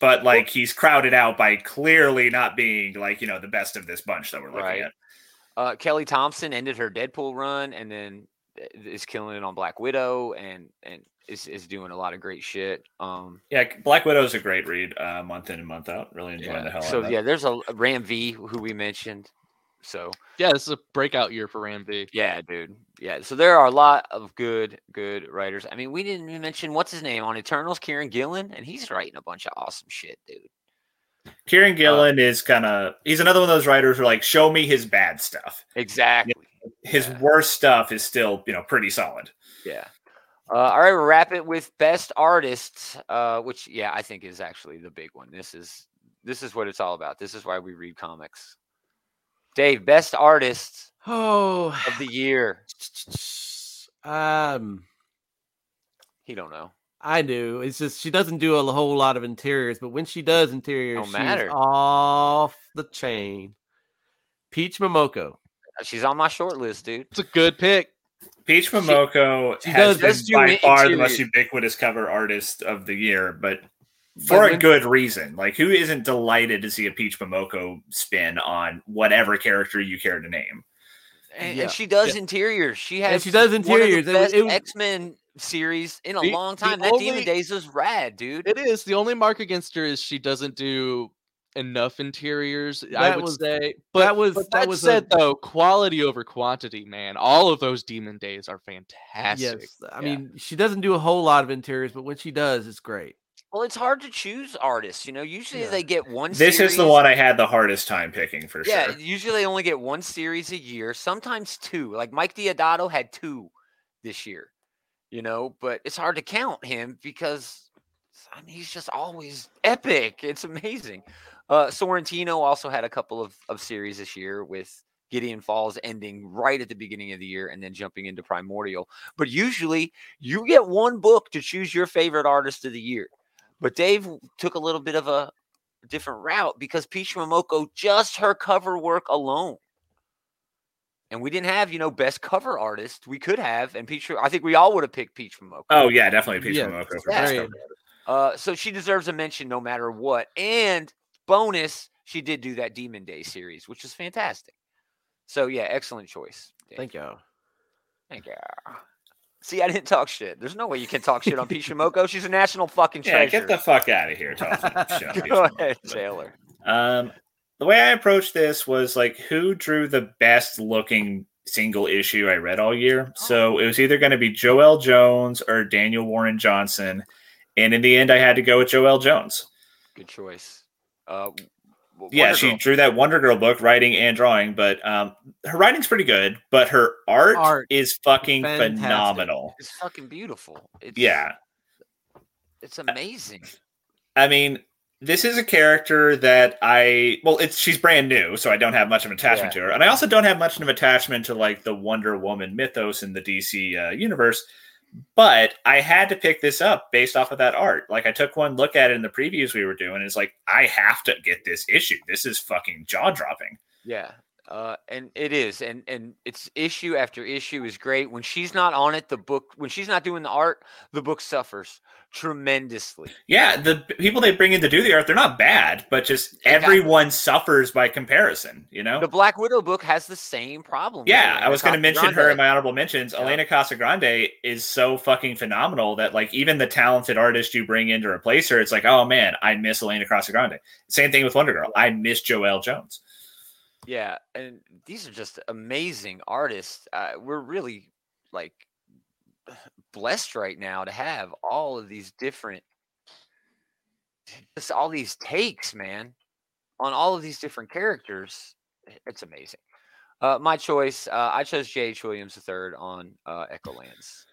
Speaker 4: but like he's crowded out by clearly not being like, you know, the best of this bunch that we're looking
Speaker 2: Right.
Speaker 4: at.
Speaker 2: Uh, Kelly Thompson ended her Deadpool run and then i- is killing it on Black Widow and and is, is doing a lot of great shit. Um,
Speaker 4: Yeah, Black Widow's a great read, uh, month in and month out. Really enjoying the
Speaker 2: yeah.
Speaker 4: hell
Speaker 2: So
Speaker 4: out of
Speaker 2: yeah,
Speaker 4: that.
Speaker 2: there's a a Ram V who we mentioned. So
Speaker 1: Yeah, this is a breakout year for Ramby.
Speaker 2: yeah, dude. Yeah. So there are a lot of good good writers. I mean, we didn't even mention what's his name on Eternals, Kieran Gillen, and he's writing a bunch of awesome shit, dude. uh,
Speaker 4: Kieran Gillen is kind of he's another one of those writers who are like show me his bad stuff.
Speaker 2: Exactly.
Speaker 4: His
Speaker 2: Yeah.
Speaker 4: worst stuff is still you know pretty solid.
Speaker 2: Yeah. Uh, all right, we'll wrap it with best artists, uh, which yeah, I think is actually the big one. This is this is what it's all about. This is why we read comics. Dave, best artists
Speaker 3: Oh,
Speaker 2: of the year.
Speaker 3: um,
Speaker 2: He don't know.
Speaker 3: I do. It's just she doesn't do a whole lot of interiors, but when she does interiors,
Speaker 2: Don't
Speaker 3: she's
Speaker 2: matter.
Speaker 3: off the chain. Peach Momoko.
Speaker 2: She's on my short list, dude.
Speaker 1: It's a good pick.
Speaker 4: Peach Momoko
Speaker 3: she
Speaker 4: has
Speaker 3: does-
Speaker 2: let's do
Speaker 4: been by
Speaker 2: it
Speaker 4: far the
Speaker 2: interior.
Speaker 4: most ubiquitous cover artist of the year, but for a
Speaker 3: when-
Speaker 4: good reason. Like, who isn't delighted to see a Peach Momoko spin on whatever character you care to name?
Speaker 2: And,
Speaker 3: Yeah.
Speaker 2: and she does interiors. She has
Speaker 3: she does interiors. It
Speaker 2: One
Speaker 3: was-
Speaker 2: of the
Speaker 3: it was-
Speaker 2: best X Men series in a
Speaker 1: The-
Speaker 2: long
Speaker 1: the
Speaker 2: time. That Demon
Speaker 1: only-
Speaker 2: Days was rad, dude.
Speaker 1: It is. The only mark against her is she doesn't do enough interiors, I
Speaker 3: That
Speaker 1: would
Speaker 3: was-
Speaker 1: say. But
Speaker 3: that was-
Speaker 1: but
Speaker 3: that
Speaker 1: that,
Speaker 3: was a-
Speaker 1: said though, quality over quantity, man. All of those demon days are fantastic.
Speaker 3: Yes, I
Speaker 1: Yeah.
Speaker 3: mean she doesn't do a whole lot of interiors, but when she does, it's great.
Speaker 2: Well, it's hard to choose artists. You know, usually
Speaker 3: Yeah.
Speaker 2: they get one.
Speaker 4: This is the
Speaker 2: series,
Speaker 4: one I had the hardest time picking for
Speaker 2: Yeah,
Speaker 4: sure.
Speaker 2: usually they only get one series a year, sometimes two. Like Mike Diodato had two this year, you know, but it's hard to count him because I mean he's just always epic. It's amazing. Uh Sorrentino also had a couple of, of series this year with Gideon Falls ending right at the beginning of the year and then jumping into Primordial. But usually you get one book to choose your favorite artist of the year. But Dave took a little bit of a different route because Peach Momoko, just her cover work alone. And we didn't have, you know, best cover artist. We could have, and Peach. I think we all would have picked Peach Momoko.
Speaker 4: Oh, yeah, definitely Peach
Speaker 3: Yeah,
Speaker 4: Momoko. For
Speaker 2: yeah.
Speaker 4: best
Speaker 3: Very-
Speaker 4: cover.
Speaker 2: Uh, so she deserves a mention no matter what. And bonus, she did do that Demon Day series, which is fantastic. So yeah, excellent choice. Dave.
Speaker 3: Thank you.
Speaker 2: Thank you. See, I didn't talk shit. There's no way you can talk shit on Peach Momoko. She's a national fucking
Speaker 4: Yeah,
Speaker 2: treasure.
Speaker 4: get the fuck out of here, talking shit on Peach
Speaker 2: Go
Speaker 4: Momoko.
Speaker 2: ahead,
Speaker 4: But-
Speaker 2: Taylor.
Speaker 4: Um, the way I approached this was like, who drew the best looking single issue I read all year? So it was either going to be Joel Jones or Daniel Warren Johnson. And in the end, I had to go with Joel Jones.
Speaker 2: Good choice. Uh, w-
Speaker 4: yeah,
Speaker 2: Wonder
Speaker 4: she
Speaker 2: Girl.
Speaker 4: drew that Wonder Girl book, writing and drawing, but um, her writing's pretty good, but her art,
Speaker 3: Art.
Speaker 4: is fucking
Speaker 3: Fantastic.
Speaker 4: phenomenal.
Speaker 2: It's fucking beautiful. It's,
Speaker 4: Yeah.
Speaker 2: it's amazing.
Speaker 4: I mean, this is a character that I well, it's she's brand new, so I don't have much of an attachment to her, and I also don't have much of an attachment to like the Wonder Woman mythos in the DC uh, universe. But I had to pick this up based off of that art. Like I took one look at it in the previews we were doing. And it's like I have to get this issue. This is fucking jaw dropping.
Speaker 2: Yeah, uh, and it is, and and it's issue after issue is great. When she's not on it, the book when she's not doing the art, the book suffers tremendously.
Speaker 4: Yeah, the p- people they bring in to do the art, they're not bad, but just
Speaker 2: Exactly.
Speaker 4: everyone suffers by comparison. You know,
Speaker 2: The Black Widow book has the same problem. with
Speaker 4: Yeah,
Speaker 2: Elena
Speaker 4: I was going to mention her in
Speaker 2: Casagrande.
Speaker 4: my honorable mentions.
Speaker 2: Yeah.
Speaker 4: Elena Casagrande is so fucking phenomenal that like even the talented artist you bring in to replace her, it's like, oh man, I miss Elena Casagrande. Same thing with Wonder Girl. I miss Joelle Jones.
Speaker 2: Yeah, and these are just amazing artists. Uh, we're really like blessed right now to have all of these different, just all these takes, man, on all of these different characters. I- It's amazing. Uh, my choice, uh, I chose J.H. Williams III on uh, Echolands.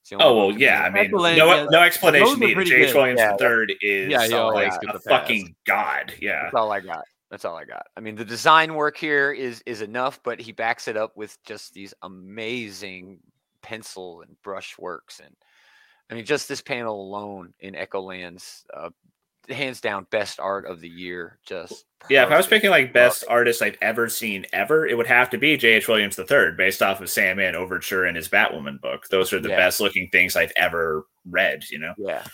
Speaker 2: It's the only
Speaker 4: Oh
Speaker 2: one
Speaker 4: well,
Speaker 2: for me
Speaker 4: yeah. I
Speaker 2: that-
Speaker 4: mean,
Speaker 3: Echolands,
Speaker 4: no,
Speaker 3: yeah,
Speaker 4: no explanation
Speaker 3: those are
Speaker 4: needed.
Speaker 3: pretty
Speaker 4: J.H.
Speaker 3: good.
Speaker 4: Williams
Speaker 2: Yeah.
Speaker 4: III is
Speaker 1: Yeah, he always
Speaker 4: like
Speaker 1: gets
Speaker 4: a
Speaker 1: a pass.
Speaker 4: fucking god. Yeah,
Speaker 2: That's all I got. That's all I got. I mean, the design work here is is enough, but he backs it up with just these amazing pencil and brush works, and I mean, just this panel alone in Echolands, uh, hands down best art of the year. Just
Speaker 4: Yeah, if I was
Speaker 2: perfect.
Speaker 4: picking like
Speaker 2: Love
Speaker 4: best
Speaker 2: it.
Speaker 4: artist I've ever seen ever, it would have to be J.H. Williams III, based off of Sandman Overture and his Batwoman book. Those are the
Speaker 2: Yeah.
Speaker 4: best looking things I've ever read, you know?
Speaker 2: Yeah.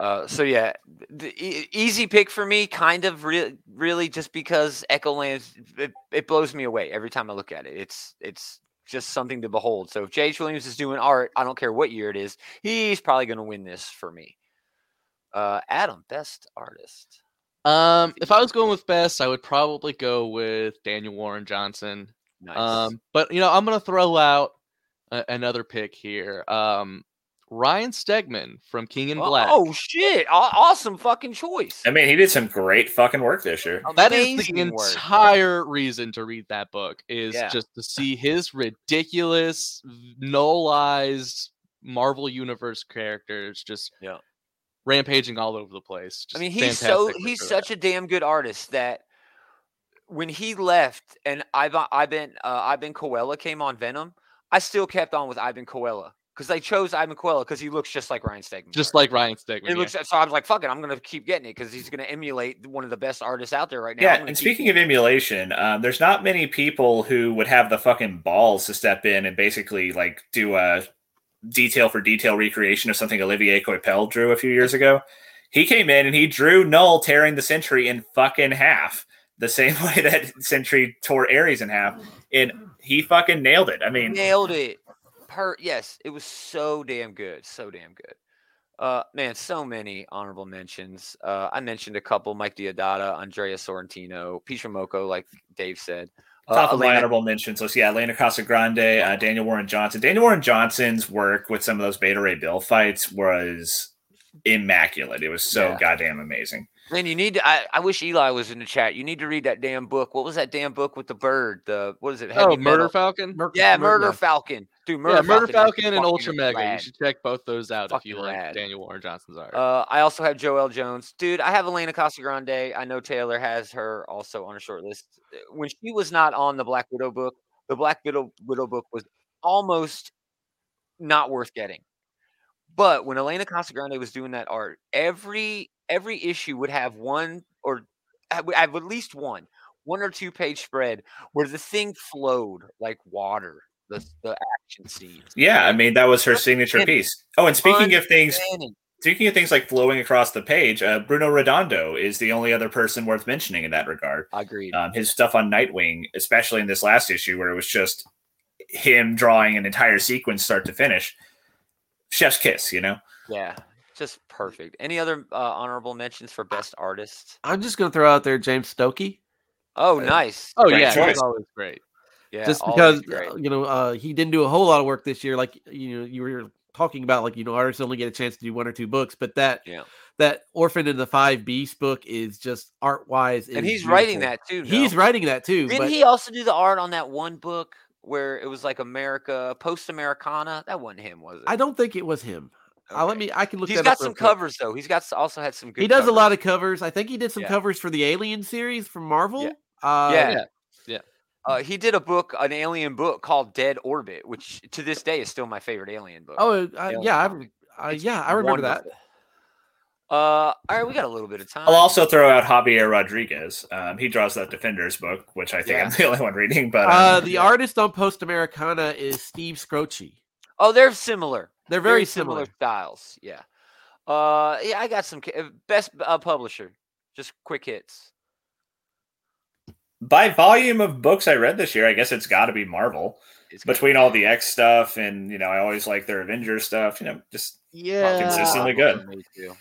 Speaker 2: Uh, so yeah, the e- easy pick for me, kind of re- really just because Echolands it, it blows me away every time I look at it. It's it's just something to behold. So if J.H. Williams is doing art, I don't care what year it is, he's probably going to win this for me. Uh, Adam, best artist.
Speaker 1: Um, if I was going with best, I would probably go with Daniel Warren Johnson.
Speaker 2: Nice.
Speaker 1: Um, but you know, I'm gonna throw out a- another pick here. Um, Ryan Stegman from King and
Speaker 2: Oh-
Speaker 1: Black.
Speaker 2: Oh shit! Aw- awesome fucking choice.
Speaker 4: I mean, he did some great fucking work this year.
Speaker 1: that is the
Speaker 2: Amazing work.
Speaker 1: entire reason to read that book is
Speaker 2: Yeah.
Speaker 1: just to see his ridiculous, nullized Marvel Universe characters just
Speaker 2: Yeah.
Speaker 1: rampaging all over the place.
Speaker 2: I
Speaker 1: Just
Speaker 2: mean, he's so
Speaker 1: fantastic
Speaker 2: he's
Speaker 1: for that.
Speaker 2: such a damn good artist that when he left and Ivan Ivan uh, Ivan Coella came on Venom, I still kept on with Ivan Coella because they chose Ivan Coella because he looks just like Ryan Stegman.
Speaker 1: just like Ryan Stegman.
Speaker 2: it
Speaker 1: yeah.
Speaker 2: looks. So I was like, "Fuck it, I'm gonna keep getting it because he's gonna emulate one of the best artists out there right now." I'm
Speaker 4: Yeah,
Speaker 2: gonna
Speaker 4: and
Speaker 2: keep-
Speaker 4: speaking of emulation, um, there's not many people who would have the fucking balls to step in and basically like do a detail for detail recreation of something Olivier Coipel drew a few years ago. He came in and he drew Null tearing the Sentry in fucking half, the same way that Sentry tore Ares in half, and he fucking nailed it. I mean,
Speaker 2: nailed it. Per yes, it was so damn good, so damn good. Uh, man, so many honorable mentions. Uh, I mentioned a couple: Mike Diodata, Andrea Sorrentino, Peter Moko, like Dave said. Uh,
Speaker 4: Top of my
Speaker 2: Elena-
Speaker 4: honorable mentions list, yeah, Elena Casagrande, uh, Daniel Warren Johnson. Daniel Warren Johnson's work with some of those Beta Ray Bill fights was immaculate. It was so
Speaker 2: Yeah.
Speaker 4: goddamn amazing.
Speaker 2: Man, you need. To, I, I wish Eli was in the chat. You need to read that damn book. What was that damn book with the bird? The what is it?
Speaker 1: oh,
Speaker 2: Heavy
Speaker 1: Murder
Speaker 2: Metal-
Speaker 1: Falcon.
Speaker 2: Yeah, Murder
Speaker 3: no.
Speaker 2: Falcon. Dude, Murder
Speaker 1: yeah, Murder
Speaker 2: is
Speaker 1: Falcon and
Speaker 2: fucking
Speaker 1: Ultra Mega. You
Speaker 2: rad.
Speaker 1: should check both those out if you
Speaker 2: Fucking
Speaker 1: like
Speaker 2: rad.
Speaker 1: Daniel Warren Johnson's art.
Speaker 2: Uh, I also have Joel Jones. Dude, I have Elena Casagrande. I know Taylor has her also on a short list. Uh, When she was not on the Black Widow book, the Black Widow, Widow book was almost not worth getting. But when Elena Casagrande was doing that art, every every issue would have one or have have at least one, one or two page spread where the thing flowed like water. The, the action scenes.
Speaker 4: Yeah, I mean that was her signature piece. Oh, and speaking of things,
Speaker 2: Uncanny.
Speaker 4: speaking of things like flowing across the page, uh, Bruno Redondo is the only other person worth mentioning in that regard.
Speaker 2: Agreed.
Speaker 4: Um, his stuff on Nightwing, especially in this last issue, where it was just him drawing an entire sequence start to finish. Chef's kiss, you know.
Speaker 2: Yeah, just perfect. Any other uh, honorable mentions for best artist?
Speaker 3: I'm just going to throw out there James Stokey.
Speaker 2: Oh,
Speaker 4: Uh,
Speaker 2: nice.
Speaker 1: oh
Speaker 4: great
Speaker 1: yeah,
Speaker 4: choice.
Speaker 1: that's always great.
Speaker 2: Yeah,
Speaker 3: just
Speaker 2: always
Speaker 3: because
Speaker 2: great.
Speaker 3: uh, you know uh, he didn't do a whole lot of work this year. Like you know, you were talking about like you know artists only get a chance to do one or two books, but that
Speaker 2: Yeah.
Speaker 3: that Orphan and the Five Beasts book is just art wise,
Speaker 2: and he's writing that too.
Speaker 3: He's
Speaker 2: no?
Speaker 3: writing that too.
Speaker 2: Didn't
Speaker 3: but
Speaker 2: he also do the art on that one book where it was like America, post Americana? That wasn't him, was it?
Speaker 3: I don't think it was him. Uh, let
Speaker 2: Okay.
Speaker 3: me. I can look.
Speaker 2: He's
Speaker 3: that
Speaker 2: got
Speaker 3: up real
Speaker 2: some
Speaker 3: quick.
Speaker 2: covers though. He's got s- also had some good.
Speaker 3: He does a lot
Speaker 2: covers.
Speaker 3: of covers. I think he did some
Speaker 2: Yeah.
Speaker 3: covers for the Alien series from Marvel. Uh,
Speaker 2: yeah.
Speaker 1: yeah.
Speaker 2: Uh, he did a book, an alien book called Dead Orbit, which to this day is still my favorite alien book.
Speaker 3: Oh, uh,
Speaker 2: Alien
Speaker 3: yeah. I,
Speaker 2: comic.
Speaker 3: uh,
Speaker 2: It's
Speaker 3: yeah. I remember that.
Speaker 2: wonderful. Uh, all right, we got a little bit of time.
Speaker 4: I'll also throw out Javier Rodriguez. Um, he draws that Defenders book, which I think
Speaker 2: Yeah.
Speaker 4: I'm the only one reading. But um,
Speaker 3: Uh, the
Speaker 2: Yeah.
Speaker 3: artist on Post Americana is Steve Scroce.
Speaker 2: Oh, they're similar.
Speaker 3: They're very, similar.
Speaker 2: styles. Yeah. Uh, yeah, I got some ca- uh, best uh, publisher. Just quick hits.
Speaker 4: by volume of books I read this year, I guess it's got to be Marvel.
Speaker 2: It's gotta
Speaker 4: Between
Speaker 2: be
Speaker 4: all
Speaker 2: Marvel.
Speaker 4: the X stuff and you know, I always like their Avengers stuff. You know, just
Speaker 1: Yeah,
Speaker 4: consistently
Speaker 2: Marvel
Speaker 4: good.
Speaker 2: for me too.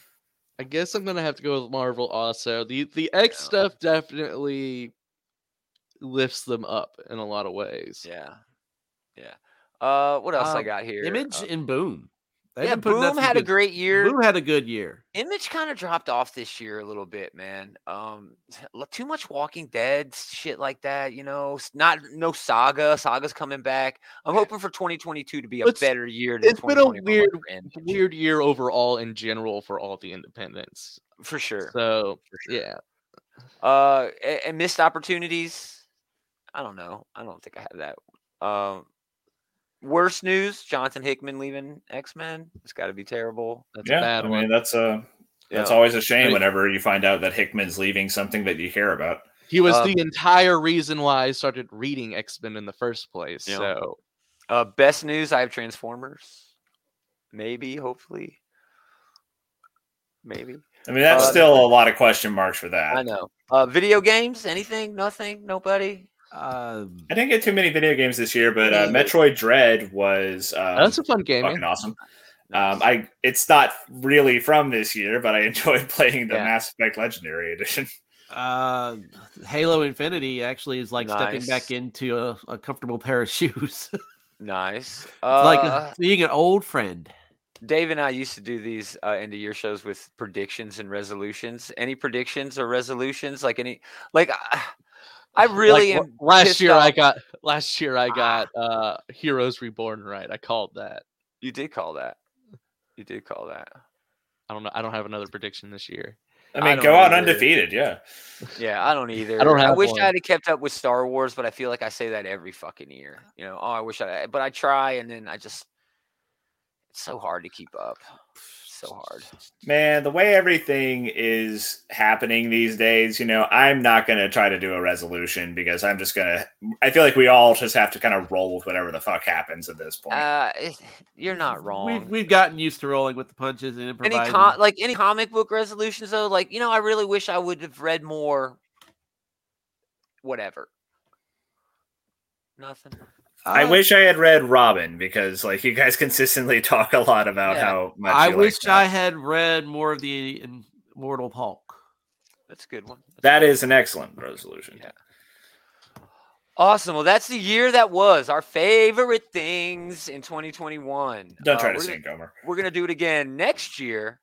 Speaker 1: I guess I'm gonna have to go with Marvel also. The the X
Speaker 2: Yeah.
Speaker 1: stuff definitely lifts them up in a lot of ways.
Speaker 2: Yeah, yeah. Uh, what else I
Speaker 3: Um,
Speaker 2: got here?
Speaker 3: Image
Speaker 1: eh,
Speaker 2: Uh,
Speaker 3: and Boom. They've
Speaker 2: yeah,
Speaker 3: been putting out
Speaker 2: Boom
Speaker 3: some
Speaker 2: had a
Speaker 3: good-
Speaker 2: great year.
Speaker 3: Boom had a good year.
Speaker 2: Image kind of dropped off this year a little bit, man. Um, l- too much Walking Dead shit like that, you know. s- Not no Saga. Saga's coming back. I'm hoping for 2022 to be a
Speaker 1: It's-
Speaker 2: better year. Than
Speaker 1: it's been a
Speaker 2: 2021
Speaker 1: weird-
Speaker 2: for Image,
Speaker 1: It's a weird year overall in general for all the independents.
Speaker 2: for sure.
Speaker 1: So
Speaker 2: for sure.
Speaker 1: yeah,
Speaker 2: Uh, a- and missed opportunities. I don't know. I don't think I have that. Um, worst news: Jonathan Hickman leaving X Men. It's got to be terrible.
Speaker 1: that's a
Speaker 4: yeah,
Speaker 1: bad
Speaker 4: I
Speaker 1: one.
Speaker 4: mean that's a That's
Speaker 2: Yeah.
Speaker 4: always a shame
Speaker 1: Right.
Speaker 4: whenever you find out that Hickman's leaving something that you care about.
Speaker 1: He was
Speaker 2: Um,
Speaker 1: the entire reason why I started reading X Men in the first place.
Speaker 2: Yeah.
Speaker 1: So
Speaker 2: Uh, best news: I have Transformers. Maybe, hopefully, maybe.
Speaker 4: I mean, that's
Speaker 2: Uh,
Speaker 4: still a lot of question marks for
Speaker 2: I
Speaker 4: that.
Speaker 2: know. Uh, video games? Anything? Nothing? Nobody?
Speaker 3: Uh,
Speaker 4: I didn't get too many video games this year, but uh,
Speaker 2: Me.
Speaker 4: Metroid Dread was um,
Speaker 2: Uh,
Speaker 1: that's a fun game.
Speaker 4: fucking
Speaker 1: man.
Speaker 4: awesome. Um, I it's not really from this year, but I enjoyed playing the
Speaker 2: Yeah.
Speaker 4: Mass Effect Legendary Edition.
Speaker 3: uh, Halo Infinity actually is like stepping back
Speaker 2: Nice.
Speaker 3: into a, a comfortable pair of shoes. It's
Speaker 2: Nice.
Speaker 3: like
Speaker 2: Uh,
Speaker 3: uh, seeing an old friend.
Speaker 2: Dave and I used to do these uh, end of year shows with predictions and resolutions. Any predictions or resolutions? Like any? Like I, I really
Speaker 1: Like,
Speaker 2: am.
Speaker 1: la- last
Speaker 2: pissed
Speaker 1: year I
Speaker 2: off-
Speaker 1: got last year I
Speaker 2: Ah.
Speaker 1: got uh Heroes Reborn right. I called that.
Speaker 2: You did call that. You did call that.
Speaker 1: I don't know. I don't have another prediction this year.
Speaker 4: I
Speaker 2: I
Speaker 4: mean,
Speaker 2: don't
Speaker 4: go out
Speaker 2: either.
Speaker 4: undefeated, yeah.
Speaker 2: Yeah, I don't either. I
Speaker 1: have
Speaker 2: wish
Speaker 1: one.
Speaker 2: I had kept up with Star Wars, but I feel like I say that every fucking year. You know, oh, I wish I. But I try, and then I just. It's so hard to keep up. So hard.
Speaker 4: Man, the way everything is happening these days, you know, I'm not going to try to do a resolution because I'm just going to. I feel like we all just have to kind of roll with whatever the fuck happens at this point.
Speaker 2: Uh, it- you're not wrong.
Speaker 3: We've, we've gotten used to rolling with the punches and
Speaker 2: any
Speaker 3: improvising.
Speaker 2: com- like any comic book resolutions though like you know i really wish i would have read more whatever nothing
Speaker 4: I
Speaker 3: Uh,
Speaker 4: wish I had read Robin because, like, you guys consistently talk a lot about
Speaker 2: Yeah.
Speaker 4: how much.
Speaker 3: I
Speaker 4: you like
Speaker 3: wish
Speaker 4: that.
Speaker 3: I had read more of the Immortal Hulk.
Speaker 2: that's a good one That's
Speaker 4: That is an excellent resolution.
Speaker 2: Yeah. awesome well that's the year that was our favorite things in 2021
Speaker 4: Don't
Speaker 2: Uh,
Speaker 4: try to
Speaker 2: we're
Speaker 4: sing, Gomer.
Speaker 2: gonna, we're gonna do it again next year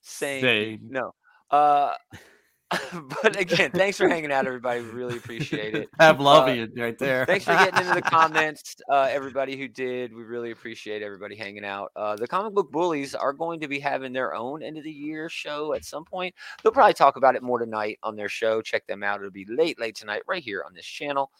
Speaker 2: same
Speaker 3: Same.
Speaker 2: no uh but again thanks for hanging out everybody we really appreciate it Uh,
Speaker 3: Pavlovian right there.
Speaker 2: Thanks for getting into the comments, uh, everybody who did. We really appreciate everybody hanging out. Uh, the comic book bullies are going to be having their own end of the year show at some point. They'll probably talk about it more tonight on their show. Check them out. It'll be late, late tonight, right here on this channel.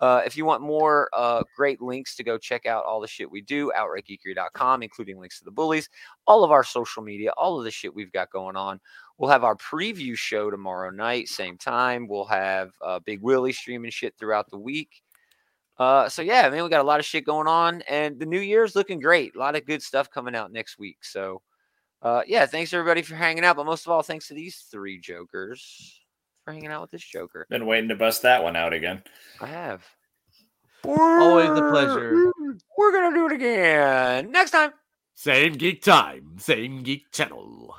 Speaker 2: Uh, if you want more uh, great links to go check out all the shit we do, outrightgeekery.com, including links to the bullies, all of our social media, all of the shit we've got going on. We'll have our preview show tomorrow night, same time. We'll have uh, Big Willie streaming shit throughout the week. Uh, so yeah, man, we got a lot of shit going on, and the new year's looking great. A lot of good stuff coming out next week. So, uh, yeah, thanks everybody for hanging out. But most of all, thanks to these three jokers for hanging out with this joker.
Speaker 4: Been waiting to bust that one out again.
Speaker 2: I have
Speaker 3: Always a
Speaker 2: We're-
Speaker 3: pleasure.
Speaker 2: We're gonna do it again next time.
Speaker 3: Same geek time, same geek channel.